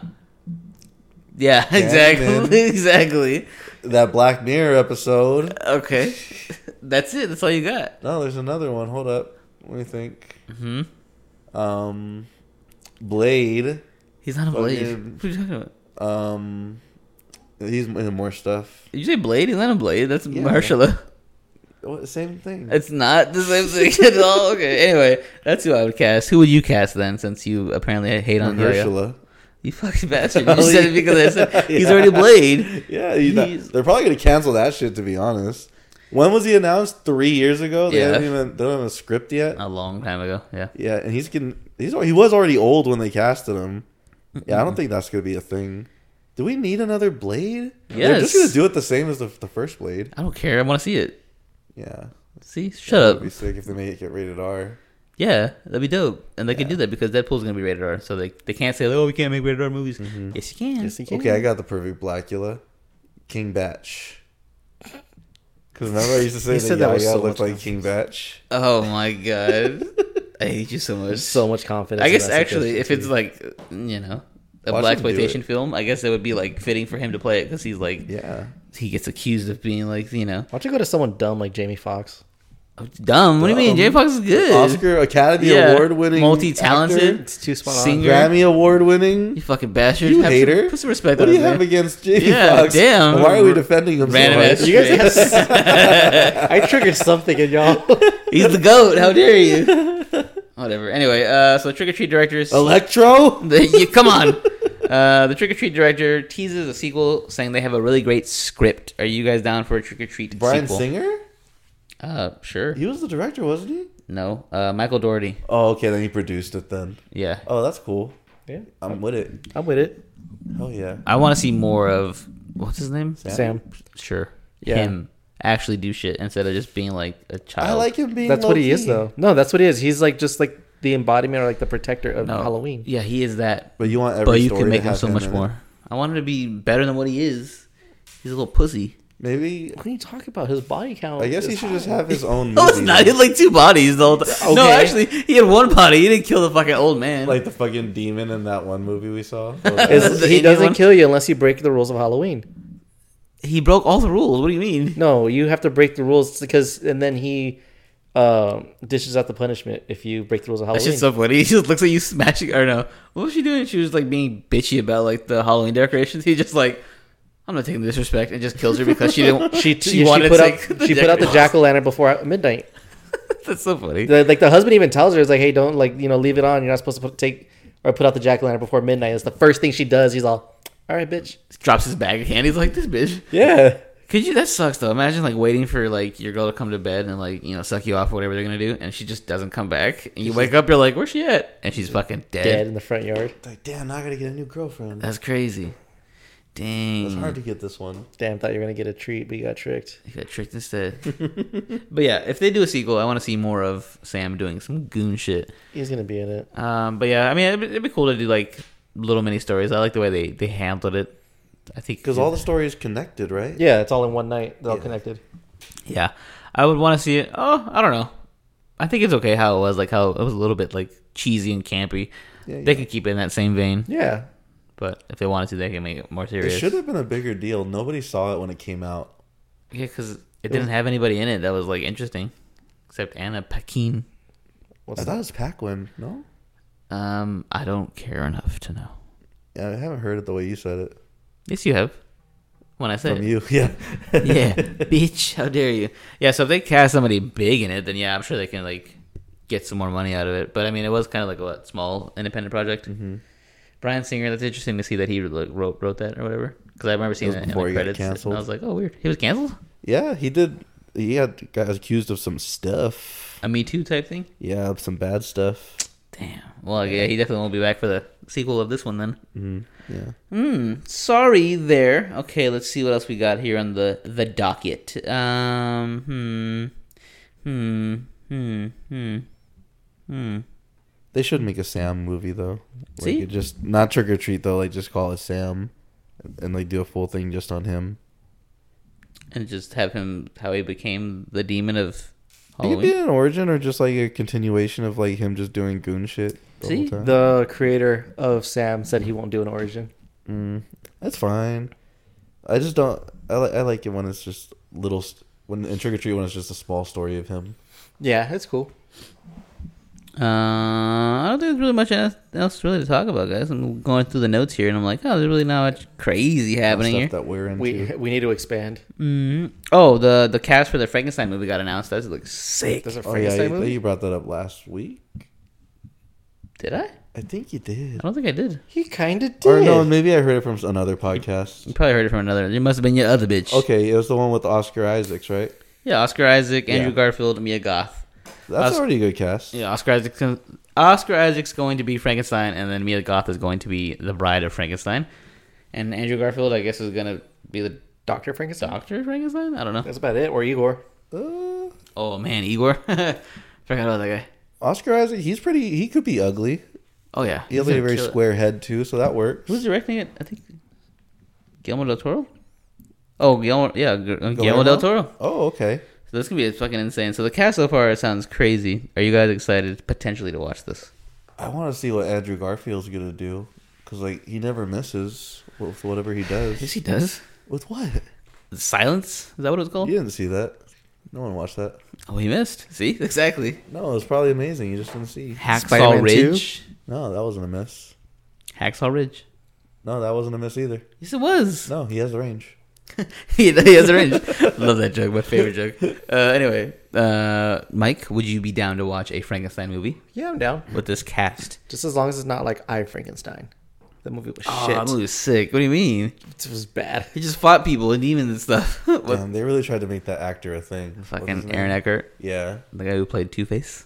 Yeah. Exactly.
Candyman.
exactly.
that Black Mirror episode.
Okay. That's it. That's all you got.
No, there's another one. Hold up. Let me think.
Hmm.
Um, Blade.
He's not a blade.
Fucking-
What are you talking about?
Um, he's in more stuff.
Did you say blade? He's not a blade. That's
Yeah.
Mahershala.
what- same thing.
It's not the same thing at all. Okay. Anyway, that's who I would cast. Who would you cast then? Since you apparently hate on Ursula.
Ursula.
You fucking bastard! You said it because I said he's already
Yeah.
Blade.
Yeah, he's not-
He's-
they're probably gonna cancel that shit. To be honest, when was he announced? Three years ago. They
Yeah.
haven't even they don't have a script yet.
A long time ago. Yeah.
Yeah, and he's getting he's al- he was already old when they casted him. Yeah, I don't think that's gonna be a thing. Do we need another Blade? They're just
Yes.
gonna do it the same as the, the first Blade.
I don't care. I want to see it.
Yeah,
See, shut
it'd be
up.
sick if they make it rated R.
Yeah, that'd be dope, and they can do that because Deadpool's gonna be rated R, so they they can't say, "Oh, we can't make rated R movies." Yes, you can.
Yes, he can.
Okay, I got the perfect Blackula, King Batch. Because remember, I used to say
He
that,
said
Yaya
that with so
looked
much
like King Batch.
Oh my god, I hate you so much.
so much confidence.
I
in
guess
that
actually, if
suggestion.
it's like you know a
Watch
black
him do
exploitation
it.
film, I guess it would be like fitting for him to play it because he's like
Yeah,
he gets accused of being like you know
why don't you go to someone dumb like Jamie Fox?
dumb. What do you mean?
Um,
Jamie Foxx is good.
Oscar Academy
Yeah.
Award winning,
multi-talented,
It's too spot on.
singer,
Grammy Award
You
winning.
fucking bastard!
You
Have
hater.
Some, put some respect
What
on
do you
his
have
name.
against Jamie
Yeah,
Fox?
damn.
Why are we defending him?
Random
so
ass.
much?
You guys-
guys,
I triggered something in y'all.
he's the goat. How dare you? Whatever. Anyway, uh, so trick or treat directors.
Oh. Electro.
The- you- come on. Uh, the trick or treat director teases a sequel, saying they have a really great script. Are you guys down for a trick or treat
Brian
sequel?
Singer?
Uh, sure.
He was the director, wasn't he?
No, uh, Michael Doherty.
Oh, okay. Then he produced it. Then.
Yeah,
Oh, that's cool.
yeah,
I'm with it.
I'm with it.
Hell yeah.
I want to see more of what's his name.
Sam,
Sure,
Yeah.
him actually do shit instead of just being like a child.
I like him being.
that's what he is
low-key.
though. No, that's what he is. He's like just like the embodiment or like the protector of
No.
Halloween.
Yeah, he is that.
But you want every
but you
story
can
to
make him
have
so
him
much
in it.
more. I want him to be better than what he is. He's a little pussy.
Maybe
What are you talking about? His body count.
I guess he
is
should
high.
just have his own.
No, Oh, it's
movie.
not. He had like two bodies the whole time. No,
Okay.
actually, he had one body. He didn't kill the fucking old man.
Like the fucking demon in that one movie we saw.
Is-
The
he
Indian
doesn't
one?
kill you unless you break the rules of Halloween.
he broke all the rules. What do you mean?
No, you have to break the rules because, and then he um, dishes out the punishment if you break the rules of
That's
Oh,
Halloween.
just so funny. He just looks like you smashing. Or no, what was she doing? She was like being bitchy about like the Halloween decorations. He just like, I'm not taking the disrespect, and just kills her because she didn't.
she,
she
she, she
wanted
put
to
out
take the
she put out the
decorations.
jack o' lantern before midnight.
That's so funny.
The- like the husband even tells her, "Is like, hey, don't like you know leave it on. You're not supposed to put, take or put out the jack o' lantern before midnight." It's the first thing she does. He's all, "All right, bitch."
Drops his bag of candy. He's like, this bitch.
Yeah,
Could you? That sucks though. Imagine like waiting for like your girl to come to bed and like you know suck you off or whatever they're gonna do, and she just doesn't come back. And you wake up, you're like, where's she at? And she's fucking dead.
dead in the front yard.
like, damn, now I gotta get a new girlfriend.
That's mm. crazy. Dang.
It's hard to get this one.
Damn, thought you were gonna get a treat, but you got tricked.
He got tricked instead. but yeah, if they do a sequel, I want to see more of Sam doing some goon shit.
He's gonna be in it.
Um, but yeah, I mean, it'd be, it'd be cool to do like little mini stories. I like the way they they handled it. I think
Because all the story is connected, right?
Yeah, it's all in one night. They're all
Yeah.
connected.
yeah, I would want to see it. Oh, I don't know. I think it's okay how it was. Like how it was a little bit like cheesy and campy.
Yeah,
They
yeah.
can keep it in that same vein,
Yeah,
but if they wanted to, they can make it more
It
serious.
should have been a bigger deal. Nobody saw it when it came out.
Yeah, because it didn't have anybody in it that was like interesting, except Anna Paquin.
I thought it was Paquin. No,
Um, I don't care enough to know.
yeah, I haven't heard it the way you said it
Yes, you have. When I said
from
it.
you. Yeah,
yeah, bitch, how dare you? Yeah, so if they cast somebody big in it, then yeah, I'm sure they can like get some more money out of it. But I mean, it was kind of like a what, small independent project.
Mm-hmm.
Brian Singer, that's interesting to see that he like, wrote wrote that or whatever. Because I remember seeing
was
that in
before
the
he got
credits, and
canceled.
I was like, oh, weird, he was canceled.
yeah. He did. He had got accused of some stuff.
A Me Too type thing.
Yeah, some bad stuff.
Damn. Well, yeah, he definitely won't be back for the sequel of this one then.
Yeah.
Hmm, Sorry there. Okay, let's see what else we got here on the the docket. Um, hmm, hmm, hmm, hmm, hmm.
They should make a Sam movie though. Like
See?
it just not trick or treat though, like just call it Sam and like do a full thing just on him.
and just have him how he became the demon of
It could be
Halloween.
an origin or just like a continuation of like him just doing goon shit the whole
See?
time.
the creator of Sam said he won't do an origin.
Mm, that's fine. I just don't I li- I like it when it's just little st- when in trick or treat when it's just a small story of him.
Yeah, it's cool.
Uh, I don't think there's really much else- else really to talk about, guys. I'm going through the notes here, and I'm like, oh, there's really not much crazy happening
stuff
here.
that we're into.
We we need to expand.
Mhm. Oh, the the cast for the Frankenstein movie got announced. That looks sick.
There's a
oh yeah,
Frankenstein
you,
movie.
you brought that up last week.
Did I? I
I think you did.
don't think I did.
He kind of did.
Or no, maybe I heard it from another podcast.
You probably heard it from another. It must have been your other bitch.
Okay, it was the one with Oscar Isaacs, right?
Yeah, Oscar Isaac, Andrew
Yeah.
Garfield, and Mia Goth.
That's
Os-
already a good cast.
Yeah, Oscar Isaac's Oscar Isaac's going to be Frankenstein, and then Mia Goth is going to be the bride of Frankenstein, and Andrew Garfield, I guess, is gonna be the
Doctor Frankenstein.
doctor of Frankenstein. I don't know.
That's about it. Or Igor.
Uh,
Oh man, Igor, forgot about that guy.
Oscar Isaac, he's pretty. He could be ugly.
Oh yeah,
He has like a
He's
very
gonna kill it.
square head too, so that works.
Who's directing it? I think Guillermo del Toro. Oh, Guillermo, yeah, Gu- Guillermo, del Toro.
Oh, okay.
So this could be fucking insane. So the cast so far sounds crazy. Are you guys excited potentially to watch this?
I want to see what Andrew Garfield's gonna do because like he never misses with whatever he does.
he does.
With what?
Silence is that what it was called?
You didn't see that. No one watched that.
Oh, he missed. See, exactly.
No, it was probably amazing. You just didn't see.
Hacksaw
Spider-Man
Ridge.
No, that wasn't a miss.
Hacksaw Ridge.
No, that wasn't a miss either.
Yes, it was.
No, he has a range.
he, he has a range. Love that joke. My favorite joke. Uh, anyway, uh, Mike, would you be down to watch a Frankenstein movie
Yeah, I'm down.
with this cast?
Just as long as it's not like I Frankenstein. The movie was
Oh,
Ah,
shit.
that movie was sick. What do you mean?
It was bad.
He just fought people and demons and stuff. what?
Damn, Um, they really tried to make that actor a thing. What's his
Uh, Fucking
name?
Aaron Eckert,
Yeah,
the guy who played Two Face.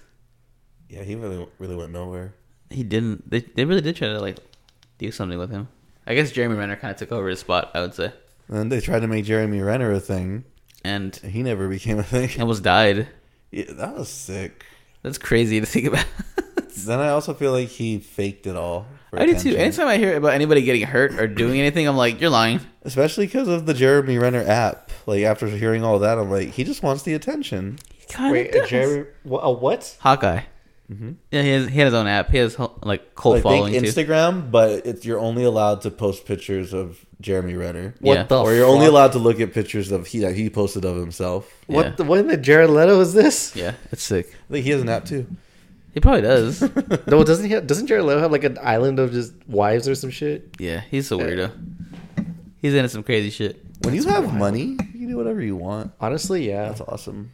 yeah, he really really went nowhere.
He didn't. They, they really did try to like do something with him. I guess Jeremy Renner kind of took over his spot. I would say,
And they tried to make Jeremy Renner a thing.
and
and He never became a thing.
he almost died.
Yeah, that was sick.
That's crazy to think about.
Then I also feel like he faked it all. for
I do too.
attention.
Anytime I hear about anybody getting hurt or doing anything, I'm like, you're lying.
Especially because of the Jeremy Renner app. Like after hearing all that, I'm like, he just wants the attention.
He kinda
Wait, a
does. Mm-hmm.
Jerry, wha- a what?
Hawkeye. Yeah, he has, he had his own app. He has ho- like cult
Like
following
think
too.
Instagram, but it's, you're only allowed to post pictures of Jeremy Renner.
What Yeah. the
Or you're only
fuck?
allowed to look at pictures of he that he posted of himself.
Yeah.
What the, what in the Jared Leto is this?
yeah, it's sick.
I think he has an app too.
He probably does.
No, doesn't he? Have, doesn't Jared Leto have like an island of just wives or some shit?
yeah, he's a weirdo. He's into some crazy shit.
When you have money, you can do whatever you want.
Honestly, yeah.
That's awesome.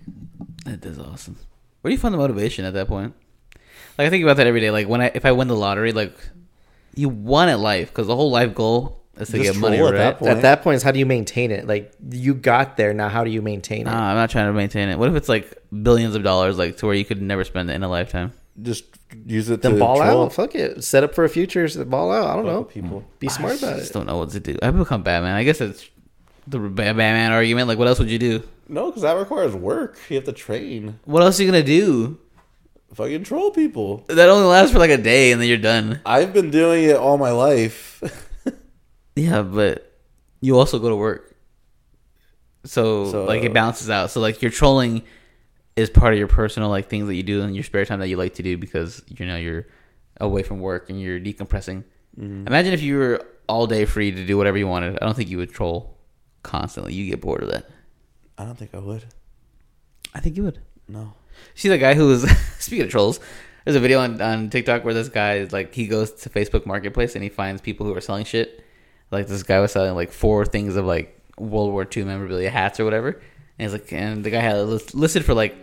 That is awesome. Where do you find the motivation at that point? Like I think about that every day. Like when I if I win the lottery, like you won at life because the whole life goal is to
Just
get money,
troll
right?
at that point.
At that point, is how do you maintain it? Like you got there. Now, how do you maintain it?
Nah, I'm not trying to maintain it. What if it's like billions of dollars, like to where you could never spend it in a lifetime?
Just use it
then
to
ball
troll
out. Fuck it. Set up for a future. s- Ball out. I don't know.
people.
Be smart
I
about
just
it.
don't know what to do. I've become Batman. I guess it's the Ba- Batman argument. Like, what else would you do?
No, because that requires work. You have to train.
What else are you gonna do?
Fucking troll people.
That only lasts for like a day, and then you're done.
I've been doing it all my life.
Yeah, but you also go to work, so, uh,
So-
like it balances out. So like your trolling is part of your personal like things that you do in your spare time that you like to do because you know you're away from work and you're decompressing. Imagine if you were all day free to do whatever you wanted. I don't think you would troll constantly. You get bored of that.
I don't think I would.
I think you would.
No.
See the guy who was speaking of trolls. There's a video on, on TikTok where this guy is like he goes to Facebook Marketplace and he finds people who are selling shit. Like this guy was selling like four things of like World War II memorabilia hats or whatever, and he's like, and the guy had it lis- listed for like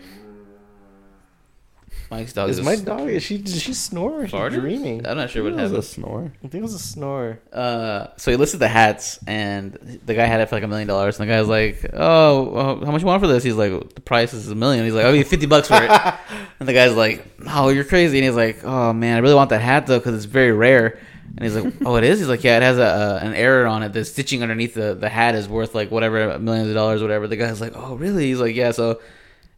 Mike's dog
Is
is
my dog? Is she? Did she snore? Is she
farted?
dreaming? I
I'm not sure what
That was a
happened.
snore.
think it was a snore.
Uh, so he listed the hats, and the guy had it for like a million dollars. And the guy's like, "Oh, uh, how much you want for this?" He's like, "The price is a million. He's like, "I'll give you fifty bucks for it." and the guy's like, "Oh, you're crazy." And he's like, "Oh man, I really want that hat though because it's very rare." And he's like, "Oh, it is." He's like, "Yeah, it has a, a an error on it. The stitching underneath the the hat is worth like whatever millions of dollars, whatever." The guy's like, "Oh, really?" He's like, "Yeah." So.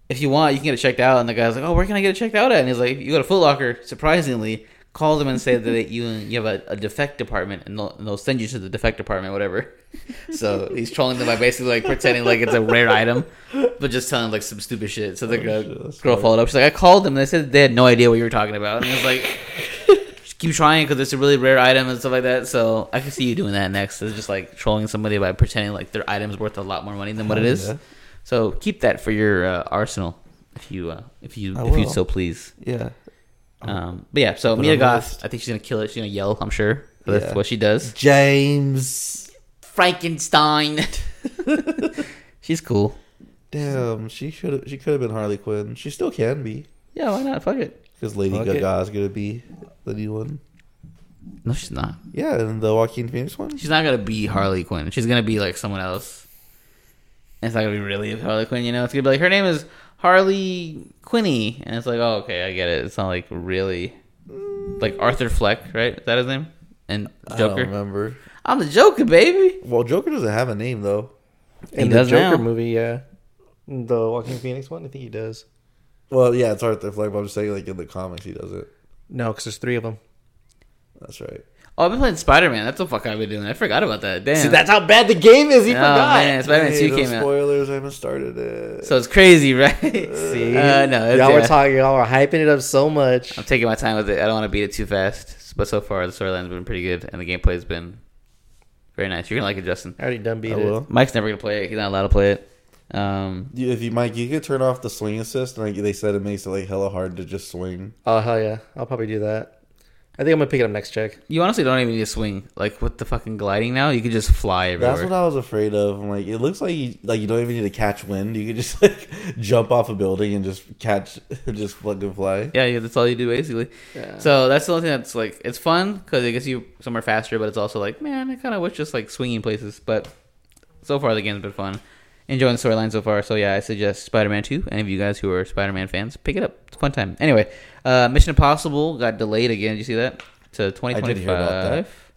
If you want, you can get it checked out. And the guy's like, "Oh, where can I get it checked out at?" And he's like, "You go to Foot Locker." Surprisingly, call them and say that you you have a, a defect department, and they'll, and they'll send you to the defect department, whatever. So he's trolling them by basically like pretending like it's a rare item, but just telling like some stupid shit. So the girl,
Oh, shit, that's
girl
funny.
followed up. She's like, "I called them. And they said they had no idea what you were talking about." And I was like, "Just "Keep trying because it's a really rare item and stuff like that." So I can see you doing that next. It's just like trolling somebody by pretending like their item's worth a lot more money than what it
Hell
is.
yeah.
So keep that for your uh, arsenal, if you uh, if you
I
if you
will.
so please.
Yeah.
Um, but yeah, so
Put
Mia
on the
Goth,
list.
I think she's gonna kill it. She's gonna yell. I'm sure that's
Yeah.
what she does.
James.
Frankenstein. she's cool.
Damn, she should have. She could have been Harley Quinn. She still can be
Yeah, why not? Fuck it.
because Lady
Fuck it.
Gaga's gonna be the new one.
No, she's not.
Yeah, and the Joaquin Phoenix one.
She's not gonna be Harley Quinn. She's gonna be like someone else. And it's not gonna be really Harley Quinn, you know. It's gonna be like her name is Harley Quinny, and it's like, oh, okay, I get it. It's not like really like Arthur Fleck, right? Is that his name? And
I don't
Joker.
remember.
I'm the Joker, baby.
Well, Joker doesn't have a name though.
In
He
the
does
Joker
now.
movie, yeah. The Walking Phoenix one, I think he does.
Well, yeah, it's Arthur Fleck. But I'm just saying, like in the comics, he does it.
No, because there's three of them.
That's right.
Oh, I've been playing Spider Man. That's the fuck I've been doing. I forgot about that. Damn.
See, that's how bad the game is. He
oh
forgot.
man, Spider Man
Hey,
Two
no
came out,
spoilers. I haven't started it.
so it's crazy, right?
See,
uh, no, it's,
y'all were
yeah.
talking, y'all were hyping it up so much.
I'm taking my time with it. I don't want to beat it too fast. But so far, the storyline's been pretty good, and the gameplay's been very nice. You're gonna like it, Justin.
I already done beat
I
it.
will.
Mike's never gonna play it. He's not allowed to play it. Um,
You- If you Mike, you could turn off the swing assist, and like they said, it makes it like hella hard to just swing.
Oh hell yeah, I'll probably do that. I think I'm gonna pick it up next check.
you honestly don't even need to swing. Like with the fucking gliding now, you can just fly everywhere.
That's what I was afraid of. I'm like, it looks like you, like you don't even need to catch wind. You could just like jump off a building and just catch, just fucking fly.
yeah, yeah, that's all you do basically. So that's the only thing that's like it's fun because it gets you somewhere faster, but it's also like man, I kind of wish just like swinging places. But so far the game's been fun, enjoying the storyline so far. So yeah, I suggest Spider-Man Two. Any of you guys who are Spider-Man fans, pick it up. It's a fun time. Anyway, uh, Mission Impossible got delayed again. Did you see that to twenty
did
twenty
hear about that.
five?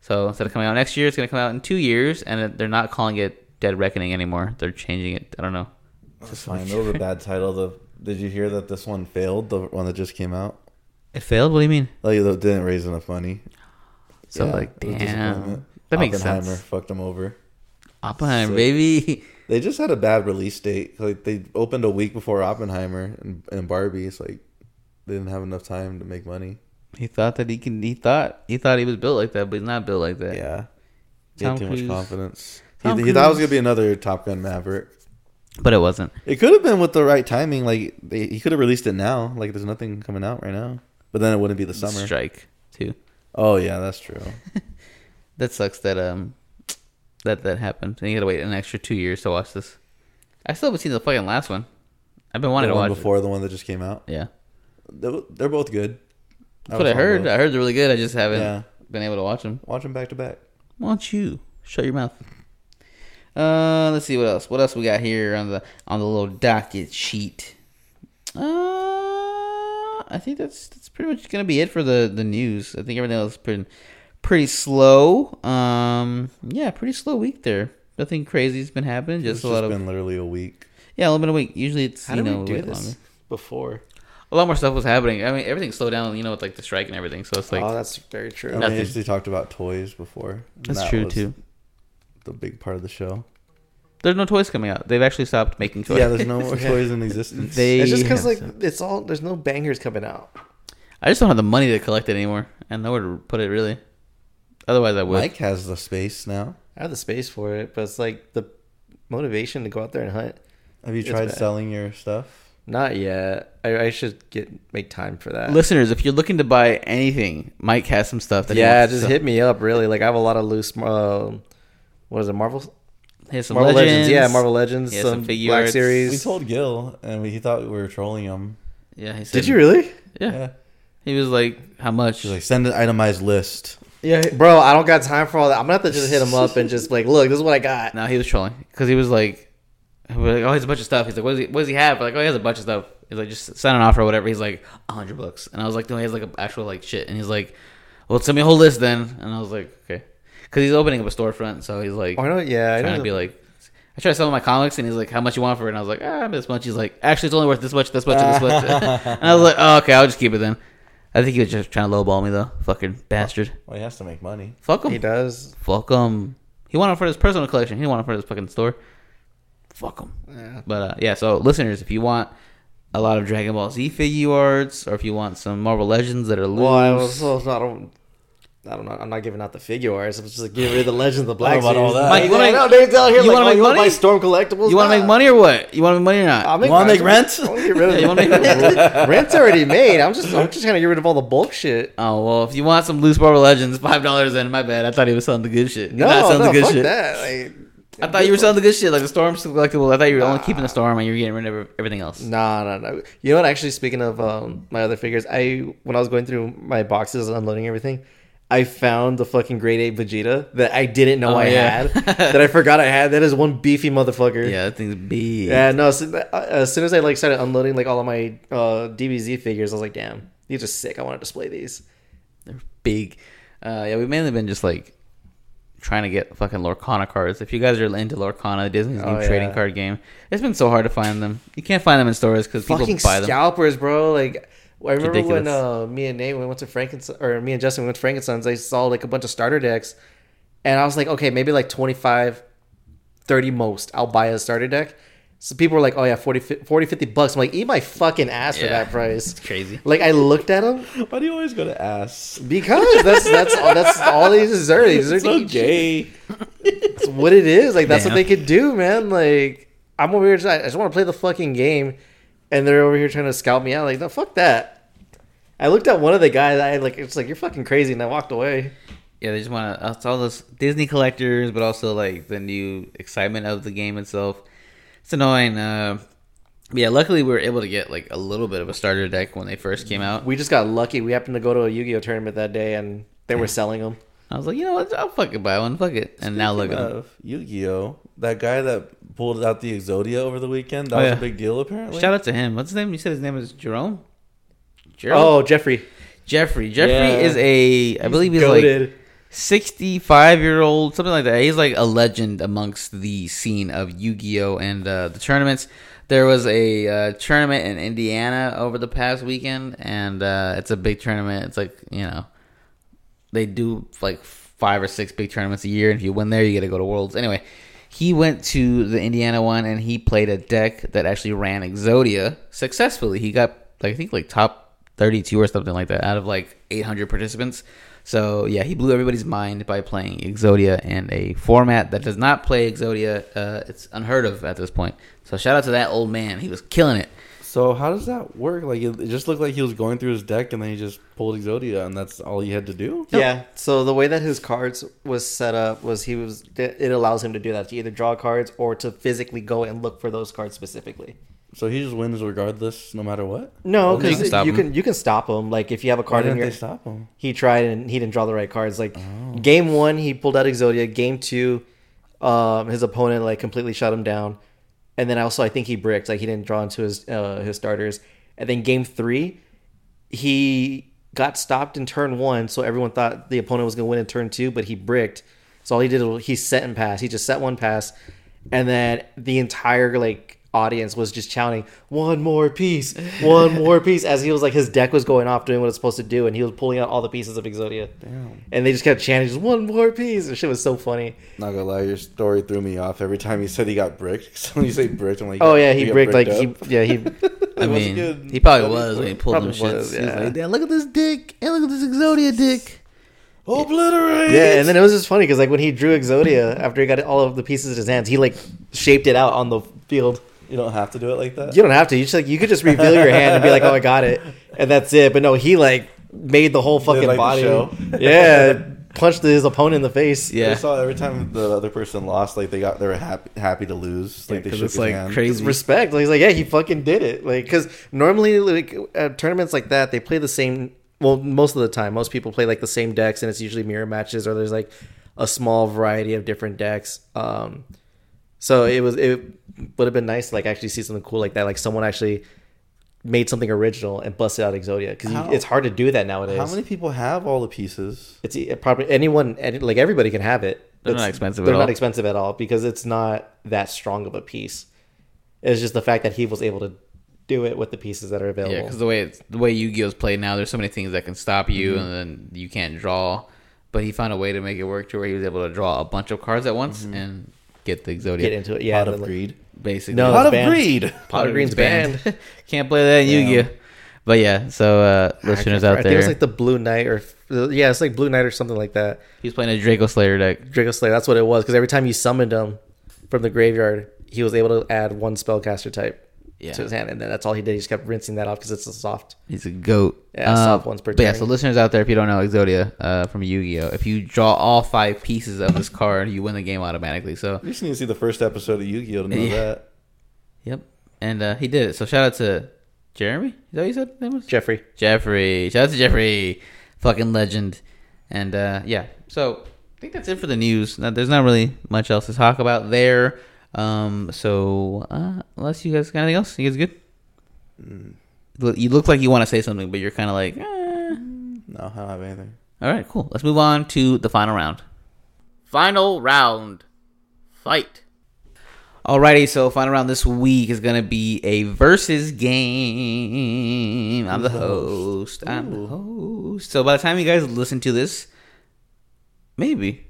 So instead of coming out next year, it's going to come out in two years, and they're not calling it Dead Reckoning anymore. They're changing it. I don't know.
Just fine. It was a bad title. The did you hear that this one failed? The one that just came out,
It failed. What do you mean?
like it didn't raise enough money.
So
Yeah,
like,
it was a
damn,
disappointment.
that makes
Oppenheimer
sense.
Fucked them over.
Oppenheimer,
Sick.
baby.
They just had a bad release date. Like they opened a week before Oppenheimer and, and Barbie. It's like they didn't have enough time to make money.
He thought that he can. He thought he thought he was built like that, but he's not built like that.
Yeah, he
Tom
had too
Cruise.
much confidence. He,
Tom
he thought it was
Cruise.
gonna be another Top Gun Maverick.
But it wasn't.
It could have been with the right timing. Like they, he could have released it now. Like there's nothing coming out right now. But then it wouldn't be the summer.
Strike too.
Oh yeah, that's true.
That sucks. That um, that that happened. And you gotta wait an extra two years to watch this. I still haven't seen the fucking last one. I've been wanting
the
to
one
watch.
before the one that just came out.
It. Yeah,
They're, they're both good.
that's what I
was on
heard.
both.
I heard they're really good. I just haven't
Yeah.
been able to watch them.
Watch them back to back.
Why don't you shut your mouth? Uh, let's see what else. What else we got here on the on the little docket sheet? Uh, I think that's that's pretty much gonna be it for the the news. I think everything else has been pretty slow. Um, yeah, pretty slow week there. Nothing crazy's been happening. Just
It's
a
just
lot of
been literally a week.
yeah, a little bit of week. Usually it's
How
you
did
know
we
a
do
bit
this
longer.
before?
A lot more stuff was happening. I mean, everything slowed down. You know, with like the strike and everything. So it's like
oh, that's very true.
I mean,
Nothing.
we actually talked about toys before. and
that's
that
true
was
too.
The big part of the show.
There's no toys coming out. They've actually stopped making toys.
Yeah, there's no more toys in existence.
They-
It's just because
Yeah.
like it's all there's no bangers coming out.
I just don't have the money to collect it anymore and nowhere to put it really. Otherwise, I would.
Mike has the space now.
I have the space for it, but it's like the motivation to go out there and hunt.
Have you
It's
tried
bad.
selling your stuff?
Not yet. I, I should get make time for that.
Listeners, if you're looking to buy anything, Mike has some stuff that. he
yeah,
wants to
just
sell.
hit me up. Really, like I have a lot of loose. Uh, what is it? Marvel.
He has some
Marvel
legends.
Legends. Yeah, Marvel Legends.
He has
some
some figure
Black
arts.
We
Series.
told Gil, and we, he thought we were trolling him.
Yeah, he said,
Did you really?
Yeah.
Yeah.
He was like, "How much?"
He's like, send an itemized list.
Yeah, bro. I don't got time for all that. I'm gonna have to just hit him up and just like, look, this is what I got.
no, he was trolling because he was like, we were like, "Oh, he has a bunch of stuff." He's like, "What does he? What does he have?" We're like, "Oh, he has a bunch of stuff." He's like, "Just sign an offer or whatever." He's like, "A hundred bucks," and I was like, "No, he has like an actual like shit," and he's like, "Well, send me a whole list then," and I was like, "Okay," because he's opening up a storefront, so he's like,
Oh, I know. Yeah, I
trying
know.
to be like, I tried to sell him my comics, and he's like, "How much you want for it?" And I was like, "Ah, this much." He's like, "Actually, it's only worth this much, this much, and this much." and I was like, "Oh, okay, I'll just keep it then." I think he was just trying to lowball me though, fucking bastard.
Well, he has to make money.
Fuck
he
him.
does.
Fuck him. He wanted it for his personal collection. He wanted it for his fucking store. Fuck him.
Yeah.
But uh, yeah, so listeners, if you want a lot of Dragon Ball Z figure arts, or if you want some Marvel Legends that are loose,
Well, I was also not. I don't know. I'm not giving out the figure arts. I'm just like getting rid of the Legend of the Black
know about all
series.
that.
Mike,
You
what I
wanna-
know, Dave's out here
you
like,
wanna
oh,
make
you want to buy
money?
Storm collectibles?
You want to
Nah.
make money or what? You want to make money or
I'll
not?
make
Wanna make rent?
I'll get rid of
Yeah, you wanna make
that. Rent's already made. I'm just I'm just trying to get rid of all the bulk shit.
Oh well, if you want some loose Marvel Legends, five dollars in. My bad. I thought he was selling the good shit.
No,
Nah, it sounds
no,
the good
fuck
shit.
that. Like,
I thought you were selling the good shit, like the Storm's collectible. I thought you were only keeping the Storm and you were getting rid of everything else.
No, no, no. You know what? Actually, speaking of um, my other figures, I when I was going through my boxes and unloading everything, I found the fucking grade eight Vegeta that I didn't know
Oh,
I
yeah.
had, that I forgot I had. That is one beefy motherfucker.
Yeah, that thing's big.
Yeah, no. So, that- uh, as soon as I like started unloading like all of my uh, DBZ figures, I was like, damn, these are sick. I want to display these.
They're big. Uh, yeah, we've mainly been just like trying to get fucking Lorcana cards. If you guys are into Lorcana, Disney's new
Oh, yeah.
trading card game, it's been so hard to find them. You can't find them in stores because people
Fucking
buy them.
scalpers, bro. Like. I remember when
Ridiculous.
uh, me and Nate we went to Frankenstein, or me and Justin went to Frankenstein's. I saw like a bunch of starter decks, and I was like, okay, maybe like 25, 30 most i'll buy a starter deck so people were like oh yeah 40 fi- 40 50 bucks i'm like eat my fucking ass for
Yeah.
that price
crazy.
like i looked at them
Why do you always go to ass?
because that's that's all that's all they deserve they deserve to
So
eat shit.
gay.
It's what it is like that's what
Damn.
they could do man like i'm over here just, i just want to play the fucking game and they're over here trying to scout me out like no fuck that i looked at one of the guys i like it's like you're fucking crazy and i walked away
Yeah, they just want to. It's all those Disney collectors, but also like the new excitement of the game itself. It's annoying. Uh, but yeah, luckily we were able to get like a little bit of a starter deck when they first came out.
we just got lucky we happened to go to a yu-gi-oh tournament that day and they were selling them
I was like, you know what? I'll fucking buy one. Fuck it. And now look at
um,
them.
Yu-Gi-Oh. That guy that pulled out the Exodia over the weekend. That
Oh,
was
yeah.
a big deal, apparently.
Shout out to him. What's his name? You said his name is Jerome. Jerome.
oh jeffrey
Jeffrey. Jeffrey
Yeah.
is a, I believe he's like
goated.
65 year old, something like that. He's like a legend amongst the scene of Yu Gi Oh! and uh, the tournaments. There was a uh, tournament in Indiana over the past weekend, and uh, it's a big tournament. It's like, you know, they do like five or six big tournaments a year, and if you win there, you get to go to Worlds. Anyway, he went to the Indiana one and he played a deck that actually ran Exodia successfully. He got like I think like top thirty-two or something like that out of like eight hundred participants. So yeah, he blew everybody's mind by playing Exodia in a format that does not play Exodia. Uh, it's unheard of at this point. So shout out to that old man. He was killing it.
So how does that work? Like it it just looked like he was going through his deck and then he just pulled Exodia and that's all he had to do?
Oh.
Yeah. So the way that his cards was set up was he was it allows him to do that to either draw cards or to physically go and look for those cards specifically.
So he just wins regardless, no matter what?
No,
Oh, you
because
can
you
stop
can, you
him.
can stop him. Like if you have a
Why
card in
didn't
your
they stop him?
he tried and he didn't draw the right cards. Like game one, he pulled out Exodia. Game two, um, his opponent like completely shut him down. And then also, I think he bricked. Like he didn't draw into his uh, his starters. And then game three, he got stopped in turn one, so everyone thought the opponent was going to win in turn two, but he bricked. So all he did was he set and passed. He just set one pass, and then the entire like audience was just shouting one more piece, one more piece, as he was like his deck was going off doing what it's supposed to do, and he was pulling out all the pieces of Exodia. Damn. And they just kept chanting just one more piece. And shit was so funny.
Not gonna lie, your story threw me off every time you said he got bricked. So when you say bricked, I'm like,
Oh yeah, he
got
bricked like he
up.
yeah he
I
was
mean,
good.
he probably
That was
was when he
good.
pulled them
Probably was,
shits. He was
yeah.
like, "Damn, look at this dick, and look at this Exodia dick.
obliterated.
yeah. And then it was just funny because like when he drew Exodia after he got all of the pieces in his hands, he like shaped it out on the field.
you don't have to do it like that.
You don't have to. You just like you could just reveal your hand and be like, "Oh, I got it," and that's it. But no, he like made the whole fucking
like the
body.
show.
yeah, punched his opponent in the face.
Yeah.
I saw every time the other person lost, like they got they were happy happy to lose, like they shook
it's
his
like
hand.
It's
crazy.
respect. Like, he's like, "Yeah, he fucking did it." Like, because normally like at tournaments like that, they play the same. Well, most of the time, most people play like the same decks, and it's usually mirror matches or there's like a small variety of different decks. Um, so it was it would have been nice to like actually see something cool like that, like someone actually made something original and busted out Exodia because
How-
it's hard to do that nowadays.
How many people have all the pieces?
it's it probably anyone any- like everybody can have it.
They're
It's-
not expensive
They're
at
not
all.
expensive at all because it's not that strong of a piece. It's just the fact that he was able to do it with the pieces that are available.
Yeah, because the way it's, the way Yu-Gi-Oh's played now, there's so many things that can stop
Mm-hmm.
you, and then you can't draw. But he found a way to make it work to where he was able to draw a bunch of cards at once and get the Exodia.
Mm-hmm. get into it. Yeah,
Pot
the-
of greed.
basically.
No,
Pot
it's
of
banned.
greed.
Pot of Green's banned.
Can't play that in Yu-Gi-Oh. But yeah, so uh, listeners out
I think
there,
it's like the Blue Knight or yeah, it's like Blue Knight or something like that.
he's playing a Draco Slayer deck.
Draco Slayer. That's what it was because every time you summoned him from the graveyard, he was able to add one spellcaster type
Yeah.
to his hand, and then that's all he did. He just kept rinsing that off because it's a soft.
He's a goat. Um,
Yeah, soft ones per
But yeah,
turn.
so listeners out there, if you don't know Exodia uh, from Yu-Gi-Oh, if you draw all five pieces of this card, you win the game automatically. So
You just need to see the first episode of Yu Gi Oh to know
Yeah.
that.
yep, and uh, he did it. So shout out to Jeremy. Is that what you said? his Name was?
Jeffrey,
Jeffrey. Shout out to Jeffrey, fucking legend. And uh, yeah, so I think that's it for the news. Now, there's not really much else to talk about there. Um, so uh, unless you guys got anything else, you guys good? Look- You look like you want to say something, but you're kind of like, eh.
No, I don't have anything.
all right, cool. Let's move on to the final round. Final round, fight. Alrighty, so final round this week is gonna be a versus game. I'm the host. I'm the host. So by the time you guys listen to this, maybe,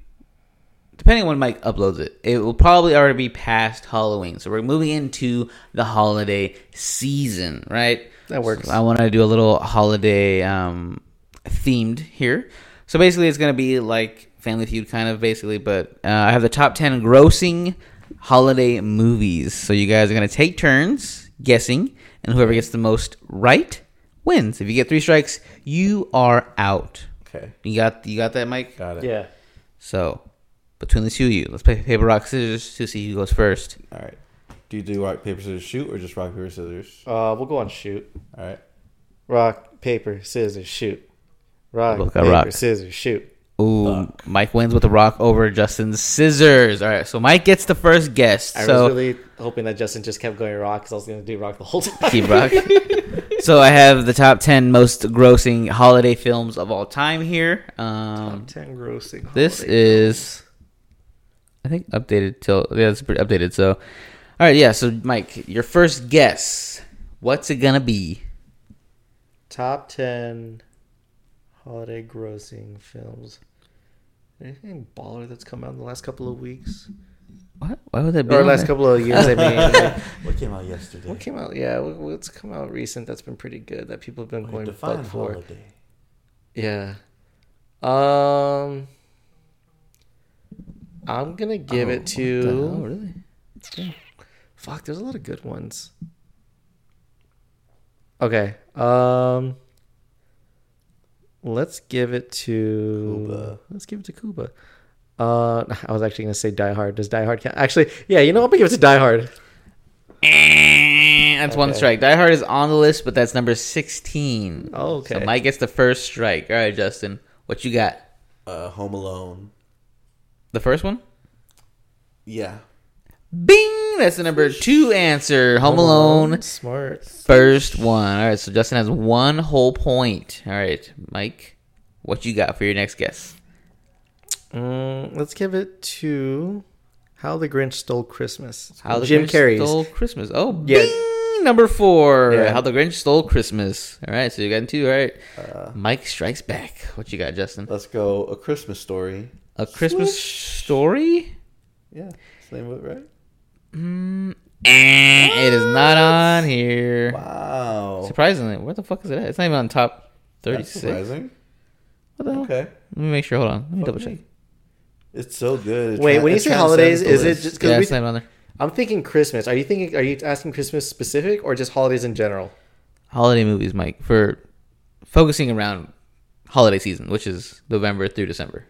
depending on when Mike uploads it, it will probably already be past Halloween. So we're moving into the holiday season, right?
That works.
So I want to do a little holiday um, themed here. So basically, it's gonna be like Family Feud, kind of basically. But uh, I have the top ten grossing holiday movies. So you guys are gonna take turns guessing, and whoever gets the most right wins. If you get three strikes, you are out.
Okay.
You got you got that, Mike.
Got it.
yeah,
So between the two of you, let's play paper rock scissors to see who goes first.
All right. Do you do rock, paper, scissors, shoot, or just rock, paper, scissors?
uh, we'll go on shoot.
All right.
Rock, paper, scissors, shoot. Rock,
Look, I
paper,
rock.
scissors, shoot.
Ooh, Mike wins with the rock over Justin's scissors. All right, so Mike gets the first guess.
I
so
was really hoping that Justin just kept going rock because I was going to do rock the whole time.
Keep rock. so I have the top ten most grossing holiday films of all time here. Um,
Ten grossing.
this is, I think, updated till yeah, it's pretty updated. So, all right, yeah. So Mike, your first guess. What's it gonna be?
top ten holiday grossing films. Anything baller that's come out in the last couple of weeks
What? Why would that be?
or
on
last
there?
couple of years? I mean, like,
What came out yesterday?
what came out? Yeah, what- what's come out recent that's been pretty good that people have been going buck for? Yeah. Um, I'm gonna give it
Oh, What the hell,
to.
really?
Fuck, there's a lot of good ones. Okay. Um let's give it to
Cuba.
Let's give it to Cuba. Uh I was actually gonna say Die Hard. Does Die Hard count? Actually, yeah, you know what? I'm gonna give it to Die Hard.
Eh, That's one
Okay.
strike. Die Hard is on the list, but that's number sixteen.
Oh, okay.
So Mike gets the first strike. All right, Justin, what you got?
Uh, Home Alone.
The first one.
Yeah.
Bing! That's the number two answer. Home
Oh.
Alone,
Smart.
first one. All right, so Justin has one whole point. All right, Mike, what you got for your next guess?
Mm, let's give it to How the Grinch Stole Christmas.
How the
Jim
Grinch
Carrey's.
stole Christmas. Oh,
Yeah.
bing! Number four.
Yeah.
How the Grinch stole Christmas. All right, so you got two. All right, Mike strikes back. What you got, Justin?
Uh, Let's go. A Christmas Story.
A Christmas story?
Yeah. That's the name of it, right?
Eh, it is not on here.
Wow.
Surprisingly, where the fuck is it at? It's not even on top
That's
thirty-six.
surprising.
What the hell?
Okay.
Let me make sure. Hold on. Let me double
Okay.
check.
It's so good. It
Wait,
tra-
when
it
you say
transcends
holidays,
the
is it
list.
just
Yeah,
because
it's not even on there.
I'm thinking Christmas? Are you thinking? Are you asking Christmas specific or just holidays in general?
holiday movies, Mike, for focusing around holiday season, which is November through December.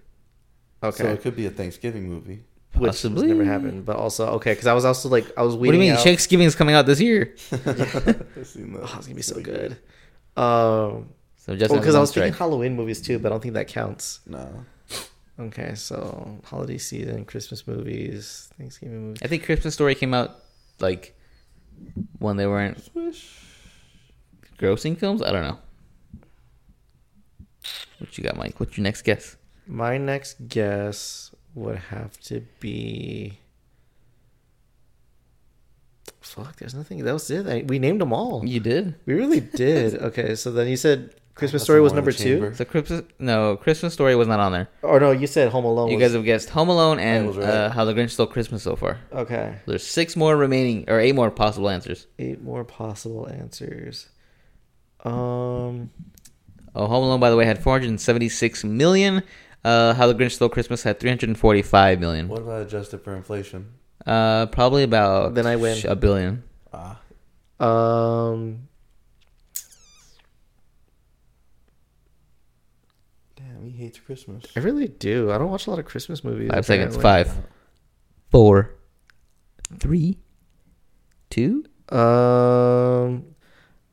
Okay.
So it could be a Thanksgiving movie.
which has
Possibly.
never happened. But also, okay, because I was also like, I was
What do
weeding
you mean?
out-
Thanksgiving is coming out this year.
I've seen that.
Oh, it's gonna be so good. Um,
So just
because I was thinking Halloween movies too, but I don't think that counts.
No.
Okay, so holiday season, Christmas movies, Thanksgiving movies.
I think Christmas Story came out like when they weren't grossing films. I don't know. What you got, Mike? What's your next guess?
My next guess would have to be. Fuck, there's nothing. That was it. I, we named them all.
You did.
We really did. Okay, so then you said Christmas
That's
Story
the
was
one in the
number two,
chamber.
So Christmas, no, Christmas Story was not on there.
or no? You said Home Alone.
You
Oh, was-
guys have guessed Home Alone and
was right.
uh, How the Grinch Stole Christmas so far.
okay.
There's six more remaining, or eight more possible answers.
Eight more possible answers. Um,
Oh, Home Alone, by the way, had 476 million. Uh, How the Grinch Stole Christmas had 345 million.
What about adjusted for inflation?
Uh, probably about
Then I win.
sh- a billion.
Ah,
um,
damn, he hates Christmas.
I really do. I don't watch a lot of Christmas movies.
Five seconds.
apparently.
Five, four, three, two.
Um,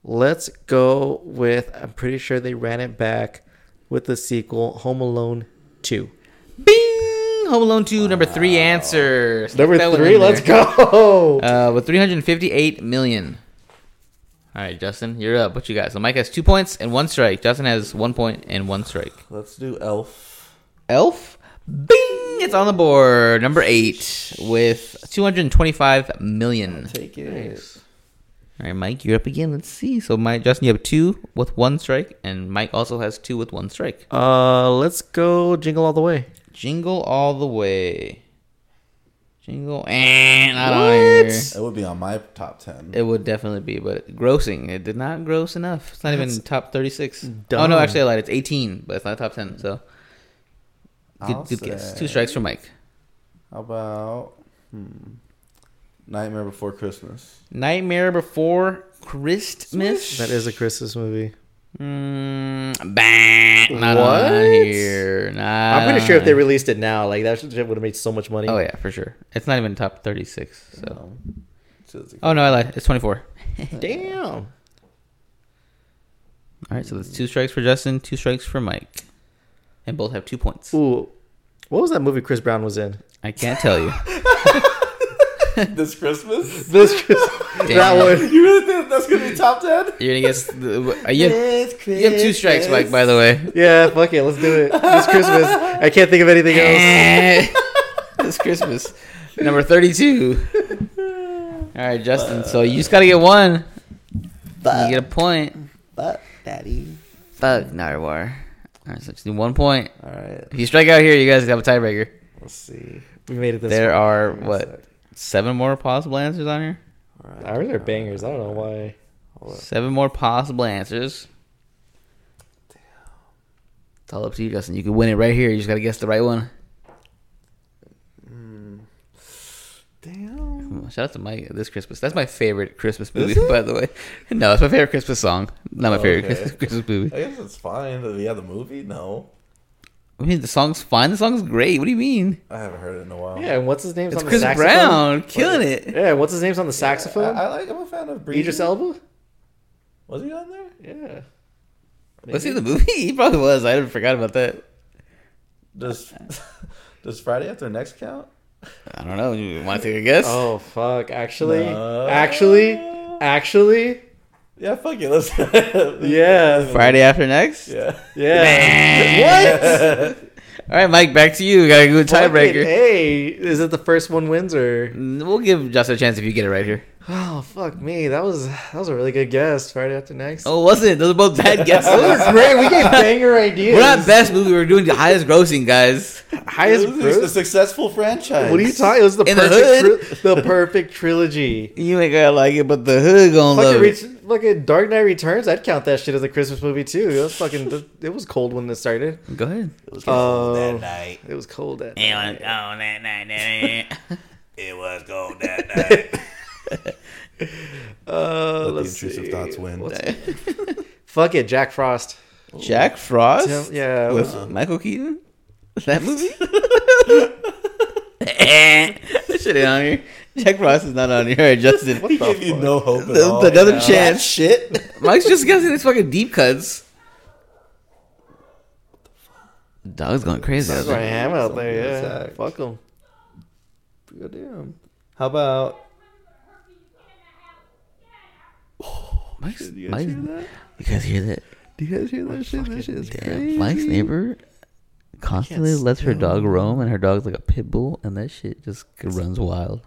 let's go with. I'm pretty sure they ran it back with the sequel, Home Alone Two.
Bing! Home Alone 2, number three answer. Stick
Number
that one
three.
in
Let's
there.
go.
Uh, with 358 million. All right, Justin, you're up. What you got? So Mike has two points and one strike. Justin has one point and one strike.
Let's do Elf.
Elf, bing! It's on the board. Number eight with 225 million.
Take it.
All right, Mike, you're up again. Let's see. So Mike, Justin, you have two with one strike, and Mike also has two with one strike.
Uh, let's go. Jingle all the way.
Jingle all the way. Jingle and I don't hear.
It would be on my top ten.
It would definitely be, but grossing. It did not gross enough. It's not even top thirty six. Oh
dumb.
no, actually I lied. It's eighteen, but it's not top ten. So
I'll
good, good guess.
say-
Two strikes for Mike.
How about hmm, Nightmare Before Christmas?
Nightmare Before Christmas.
That is a Christmas movie.
Mm, bang. Not on
What?
here. Not
I'm pretty sure if they
on-
released it now, like that shit would have made so much money.
Um, Oh yeah, for sure. It's not even top thirty six.
Oh.
So.
No. So it's like-
Oh no, I lied. It's twenty four.
Damn.
All right, so that's two strikes for Justin, two strikes for Mike, and both have two points.
Ooh, what was that movie Chris Brown was in?
I can't tell you.
this Christmas?
This Chris, that
Damn.
one.
you really think that's gonna be top ten?
You're gonna guess. The, are you? You have two strikes, Mike. By the way,
Yeah, fuck it, let's do it. This Christmas, I can't think of anything else.
this Christmas, number thirty-two. All right, Justin. so you just gotta get one. You get a point.
But daddy.
Fuck Narwar. All right, so just do one point.
All right.
If you strike out here, you guys have a tiebreaker.
Let's see.
We made it this.
There are
Give me a sec.
what seven more possible answers on here.
All right.
far. Ours are bangers. I don't know why.
Seven more possible answers. It's all up to you, Justin. You can win it right here. You just gotta guess the right one.
Damn.
Shout out to Mike this Christmas. That's my favorite Christmas movie, by the way. No, it's my favorite Christmas song. Not my favorite
Okay.
Christmas, Christmas movie.
I guess it's fine. Yeah, the movie? No.
I mean, the song's fine. The song's great. What do you mean?
I haven't heard it in a while.
Yeah, and what's his name's
It's
on
Chris
the saxophone?
Brown killing it.
Yeah, what's his name's on the
I,
saxophone?
I like. I'm a fan of Breezy.
Idris Elba.
Was he on there?
Yeah.
Was he in the movie? He probably was. I forgot about that.
Does Does Friday after next count?
I don't know. You want to take a guess?
Oh fuck! Actually,
No.
actually, actually,
Uh, Yeah, fuck it. Let's.
yeah,
Friday after next?
Yeah.
yeah. what?
All right, Mike, back to you. We gotta do a
Fucking
tiebreaker. Mm,
Hey, is it the first one wins or?
We'll give Justin a chance if you get it right here.
Oh fuck me! That was that was a really good guess. Friday after next.
Oh, it wasn't. Those are both bad
Those
guesses.
are great. We gave banger ideas.
We're not best movie. We're doing the highest grossing, guys.
highest.
This
gross-
is a successful franchise.
What are you talking? It was the
In the
perfect, tri- the perfect trilogy.
You ain't gonna like it, but the hood gonna
Fucking,
love it.
reach, fucking Dark Knight Returns. I'd count that shit as a Christmas movie too. It was fucking. It was cold when this started.
Go ahead.
It was
Oh.
cold that night.
It was cold. That
It was cold that night.
Uh,
Let the
let's
intrusive
see.
thoughts win.
Fuck it, Jack Frost.
Jack Frost
Tim- yeah,
with
uh,
uh-uh.
Michael Keaton. That movie. that shit ain't on here. Jack Frost is not on here. All right, Justin,
He gave you no hope at all.
Oh, another
Yeah.
chance.
Shit.
Mike's just guessing these fucking deep cuts. Dog's going crazy. out
That's my
there.
ham out there.
Something
Yeah,
attacked.
fuck him.
Goddamn. How about?
Mike's,
You guys
Mike's,
hear that?
you guys hear that?
Do you guys hear that shit? That shit is
Damn,
crazy.
Mike's neighbor constantly lets her dog roam, and her dog's like a pit bull, and that shit just runs wild.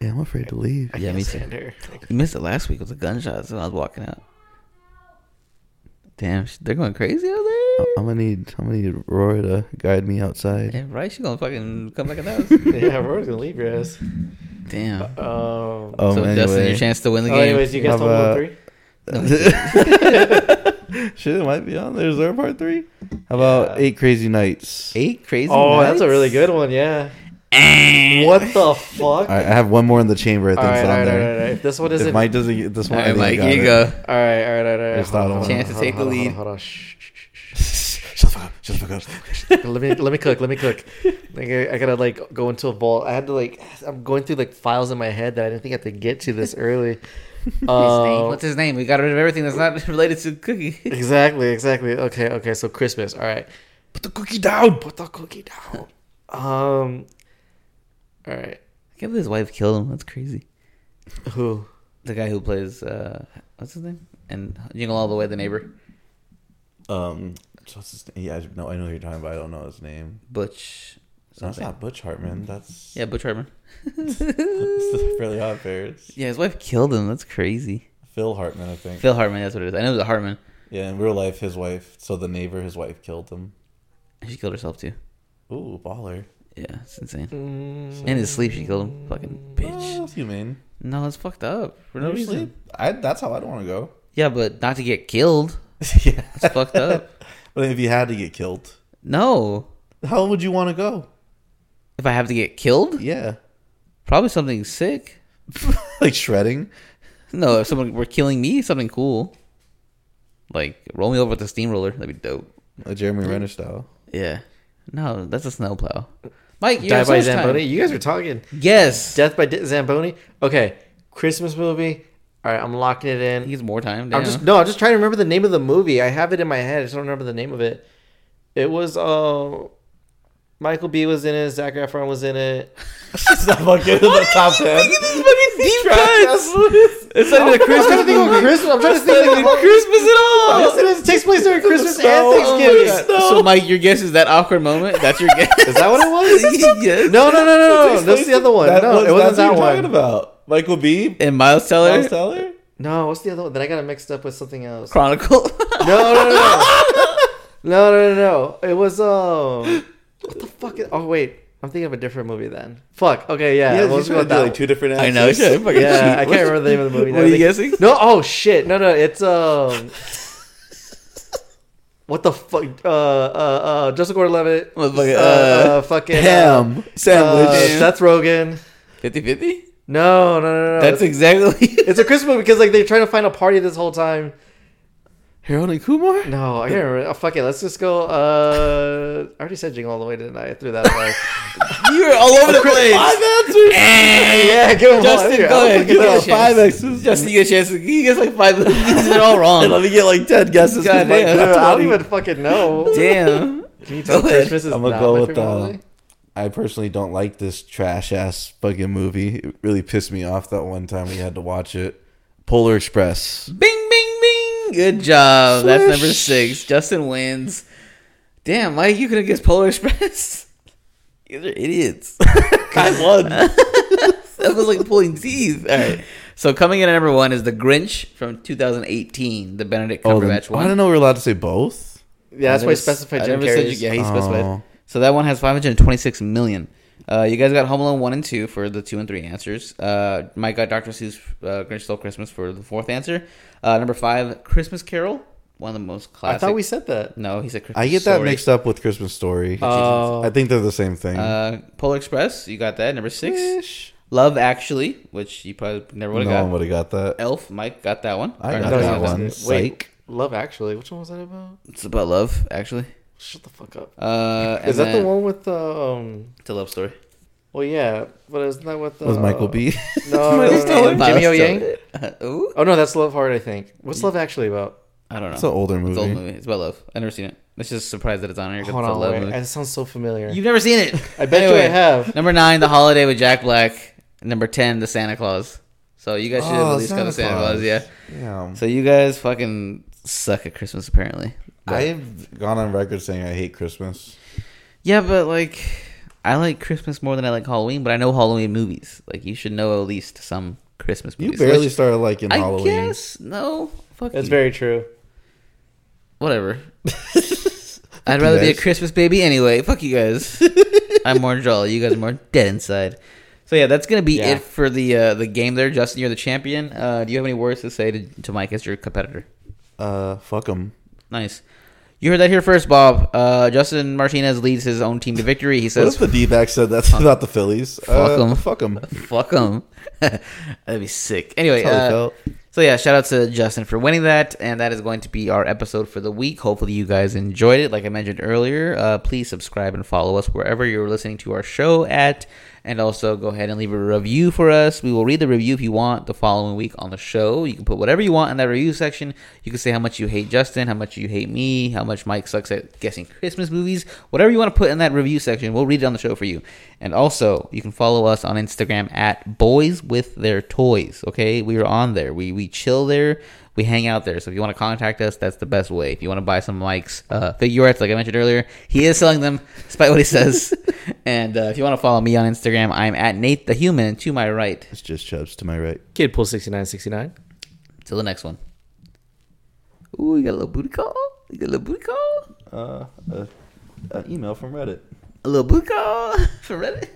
Yeah, I'm afraid to leave.
Yeah, me too. You missed it last week with the gunshots when I was walking out. Damn, sh- they're going crazy out there.
I'm gonna need. I'm gonna need Roy to guide me outside.
Yeah, right? She's gonna fucking come back in the house.
Yeah, we're gonna leave your ass.
Damn.
Um,
Um,
so,
anyway,
Justin, your chance to win the
oh,
game. uh,
anyways, you guys
How
don't want
about-
three.
Shit, it might be on there. Is there a part three? How about
Yeah.
Eight Crazy Nights?
Eight
Crazy
Oh, that's a really good one. Yeah.
Eh.
what the fuck?
All right, I have one more in the chamber. I think
all right,
it's
all
on
right, all
there.
right, all right. If This one
If
isn't.
Mike doesn't get this one, I
All right, Mike,
think I got
here you
it.
go.
All right, all right, all right.
It's
Hold
not
on,
on.
hold on,
Chance to
hold on,
take the
hold on,
lead.
Hold on. Shh, shh, shh,
Shut the fuck up. Shut the fuck up.
shh. let me let me cook. Let me cook. Like I, I gotta like go into a vault. I had to like I'm going through like files in my head that I didn't think I had to get to this early.
His name-
Uh,
What's his name? We got rid of everything that's not related to Cookie.
exactly, exactly. Okay, okay. So Christmas. All right. Put the cookie down. Put the cookie down. Um. All right.
I can't believe his wife killed him. That's crazy.
Who?
The guy who plays uh, what's his name? And Jingle All the Way, the neighbor
um, so what's his name? Yeah, I know, I know who you're talking about. I don't know his name.
Butch.
No, it's
Something.
not Butch Hartman. That's
Yeah, Butch Hartman.
It's the Fairly Odd Parents.
Yeah, his wife killed him. That's crazy.
Phil Hartman, I think.
Phil Hartman. That's what it is. I know it was Hartman.
Yeah, in real life, his wife. So the neighbor, his wife killed him.
She killed herself too.
Ooh, baller.
Yeah, it's insane. In his sleep, she killed him. Fucking
Oh,
bitch.
that's humane.
No, it's fucked up for no
You
reason.
sleep? I, that's how I'd want to go.
Yeah, but not to get killed.
yeah.
It's fucked up.
But if you had to get killed,
No,
how would you want to go?
if I have to get killed,
Yeah.
probably something sick.
like shredding?
No, if someone were killing me, something cool. Like roll me over with a steamroller. That'd be dope.
Like Jeremy Renner style.
Yeah. No, that's a snowplow. Mike, you
Die by Zamboni.
Zamboni.
You guys are talking.
Yes.
Death by Di- Zamboni. Okay, Christmas movie. All right, I'm locking it in.
he gets more time.
I'm
damn.
just no. I'm just trying to remember the name of the movie. I have it in my head. I just don't remember the name of it. It was uh, Michael B was in it. Zac Efron was in it.
it's not fucking in the top 10.
deep cuts.
It's not even a Christmas. I'm trying to think of Christmas. I'm trying to think of like,
Christmas at
Oh.
all.
Yes, it is. It takes place during Christmas
Snow.
and Thanksgiving.
Oh my God.
So, Mike, your guess is that awkward moment. That's your guess.
Is that what it was?
yes.
No, no, no, no, no. That's the other one.
That
no,
was-
it
that's what
wasn't that
you're
one.
talking about. Michael B.
And Miles Teller.
Miles Teller?
No, what's the other one? Then I got it mixed up with something else.
Chronicle.
No, no, no. no, no, no, no. It was um. What the fuck? Is, oh wait, I'm thinking of a different movie then. Fuck. Okay, yeah.
Yeah,
we'll
he's
just go
gonna
with
do
that
like
one.
two different
I
answers.
know. shit, fucking
Yeah,
cheat.
I can't remember the name of the movie.
What
now.
are you
I
guessing?
think- No. Oh shit. No, no. It's um. What the fuck? Uh, uh, uh, Joseph Gordon-Levitt.
Motherfucker,
uh,
uh,
uh, fucking uh,
Ham.
Uh,
Sandwich.
Seth Rogen.
50-50?
No, no, no, no.
That's
it's,
exactly.
uh, it's a Christmas movie because like they're trying to find a party this whole time.
Harold and Kumar?
No, I can't remember. Oh, fuck it. Let's just go. Uh, I already said Jingle All the Way, didn't I? I threw that away.
You're all over the place.
Five answers.
yeah, give him
Justin,
one. Here,
go
I'll
ahead.
look
Give
it
him
up.
a shot.
Five X's.
Justin, you get a chance. You guess like five. These are all
And let
wrong.
me get like ten guesses. 'cause
God
my
damn.
God,
Dude, I don't
20.
even fucking know.
Damn.
Can you tell
Go ahead.
Christmas is
I'm
not
gonna go
my
with
favorite
uh,
holiday?
I personally don't like this trash ass fucking movie. It really pissed me off that one time we had to watch it. Polar Express.
Bing, bing, bing. Good job. That's number six. Justin wins. Damn, Mike, you could have guessed Polar Express. you guys are idiots.
I won.
that was like pulling teeth. All right. So coming in at number one is The Grinch from 2018, the Benedict
oh, then,
Cumberbatch
oh, I
one.
didn't know we were allowed to say both.
Yeah, that's
I
why I
never-
specified
I
Jim
never said
Carrey's.
you- yeah, he specified.
Oh.
So that one has 526 million. Uh, you guys got Home Alone 1 and 2 for the 2 and 3 answers. Uh, Mike got Dr. Seuss uh, Grinch Stole Christmas for the fourth answer. Uh, number 5, Christmas Carol, one of the most classic.
I thought we said that.
No, he said Christmas
I get that
Story.
mixed up with Christmas Story.
Oh.
I think they're the same thing.
Uh, Polar Express, you got that. Number 6,
Eh.
Love Actually, which you probably never would
no
have
one
got.
would have got that.
Elf, Mike got that one.
I
Or
got
not
he
that
got that.
one.
Wait.
Psych.
Love Actually. Which one was that about?
It's about love, actually.
Shut the fuck up.
Uh,
Is that the
one?
one with the? Um,
It's a love story.
well, yeah, but isn't that with uh, the?
Was Michael B?
No, no, no, no, no. Jimmy O Yang.
Uh, ooh?
Oh no, that's Love Hard. I think. What's Love Actually about?
I don't know.
It's an older
It's
movie.
an old movie. It's about love. I've never seen it. It's just surprised that it's on here. 'cause
Hold
it's a
on,
love
wait.
movie.
That sounds so familiar.
You've never seen it.
I bet you I have.
Number nine, The Holiday with Jack Black. Number ten, The Santa Claus. So you guys should have
Oh,
at least got The Santa Claus. yeah.
Damn.
So you guys fucking suck at Christmas apparently. But-
I've gone on record saying I hate Christmas.
yeah, but like, I like Christmas more than I like Halloween. But I know Halloween movies. Like you should know at least some Christmas
You
movies.
barely
Which
started liking
I
Halloween.
guess no. Fuck
That's
you.
very true.
whatever. I'd rather be a
guys.
Christmas baby anyway. Fuck you guys. I'm more jolly. You guys are more dead inside. So yeah, that's gonna be
Yeah.
it for the uh, the game there. Justin, you're the champion. Uh, do you have any words to say to, to Mike as your competitor?
Uh, fuck them.
Nice. You heard that here first, Bob. Uh, Justin Martinez leads his own team to victory. He
What if
says,
the D back said that's about the Phillies? Uh,
Fuck 'em.
Fuck them.
"Fuck them." That'd be sick. Anyway,
That's how I
uh,
felt.
so yeah, shout out to Justin for winning that, and that is going to be our episode for the week. Hopefully, you guys enjoyed it. Like I mentioned earlier, uh, please subscribe and follow us wherever you're listening to our show at, and also go ahead and leave a review for us. We will read the review if you want the following week on the show. You can put whatever you want in that review section. You can say how much you hate Justin, how much you hate me, how much Mike sucks at guessing Christmas movies, whatever you want to put in that review section. We'll read it on the show for you. And also, you can follow us on Instagram at Boys with Their Toys. Okay, we are on there. We we chill there. We hang out there. So if you want to contact us, that's the best way. If you want to buy some Mike's uh, figurettes, like I mentioned earlier, he is selling them, despite what he says. and uh, if you want to follow me on Instagram, I'm at Nate the Human to my right.
It's just Chubbs to my right.
Kid pool sixty nine sixty nine.
Till the next one. Ooh, you got a little booty call. You got a little booty call.
Uh, uh, an email from Reddit.
A little booty call for Reddit.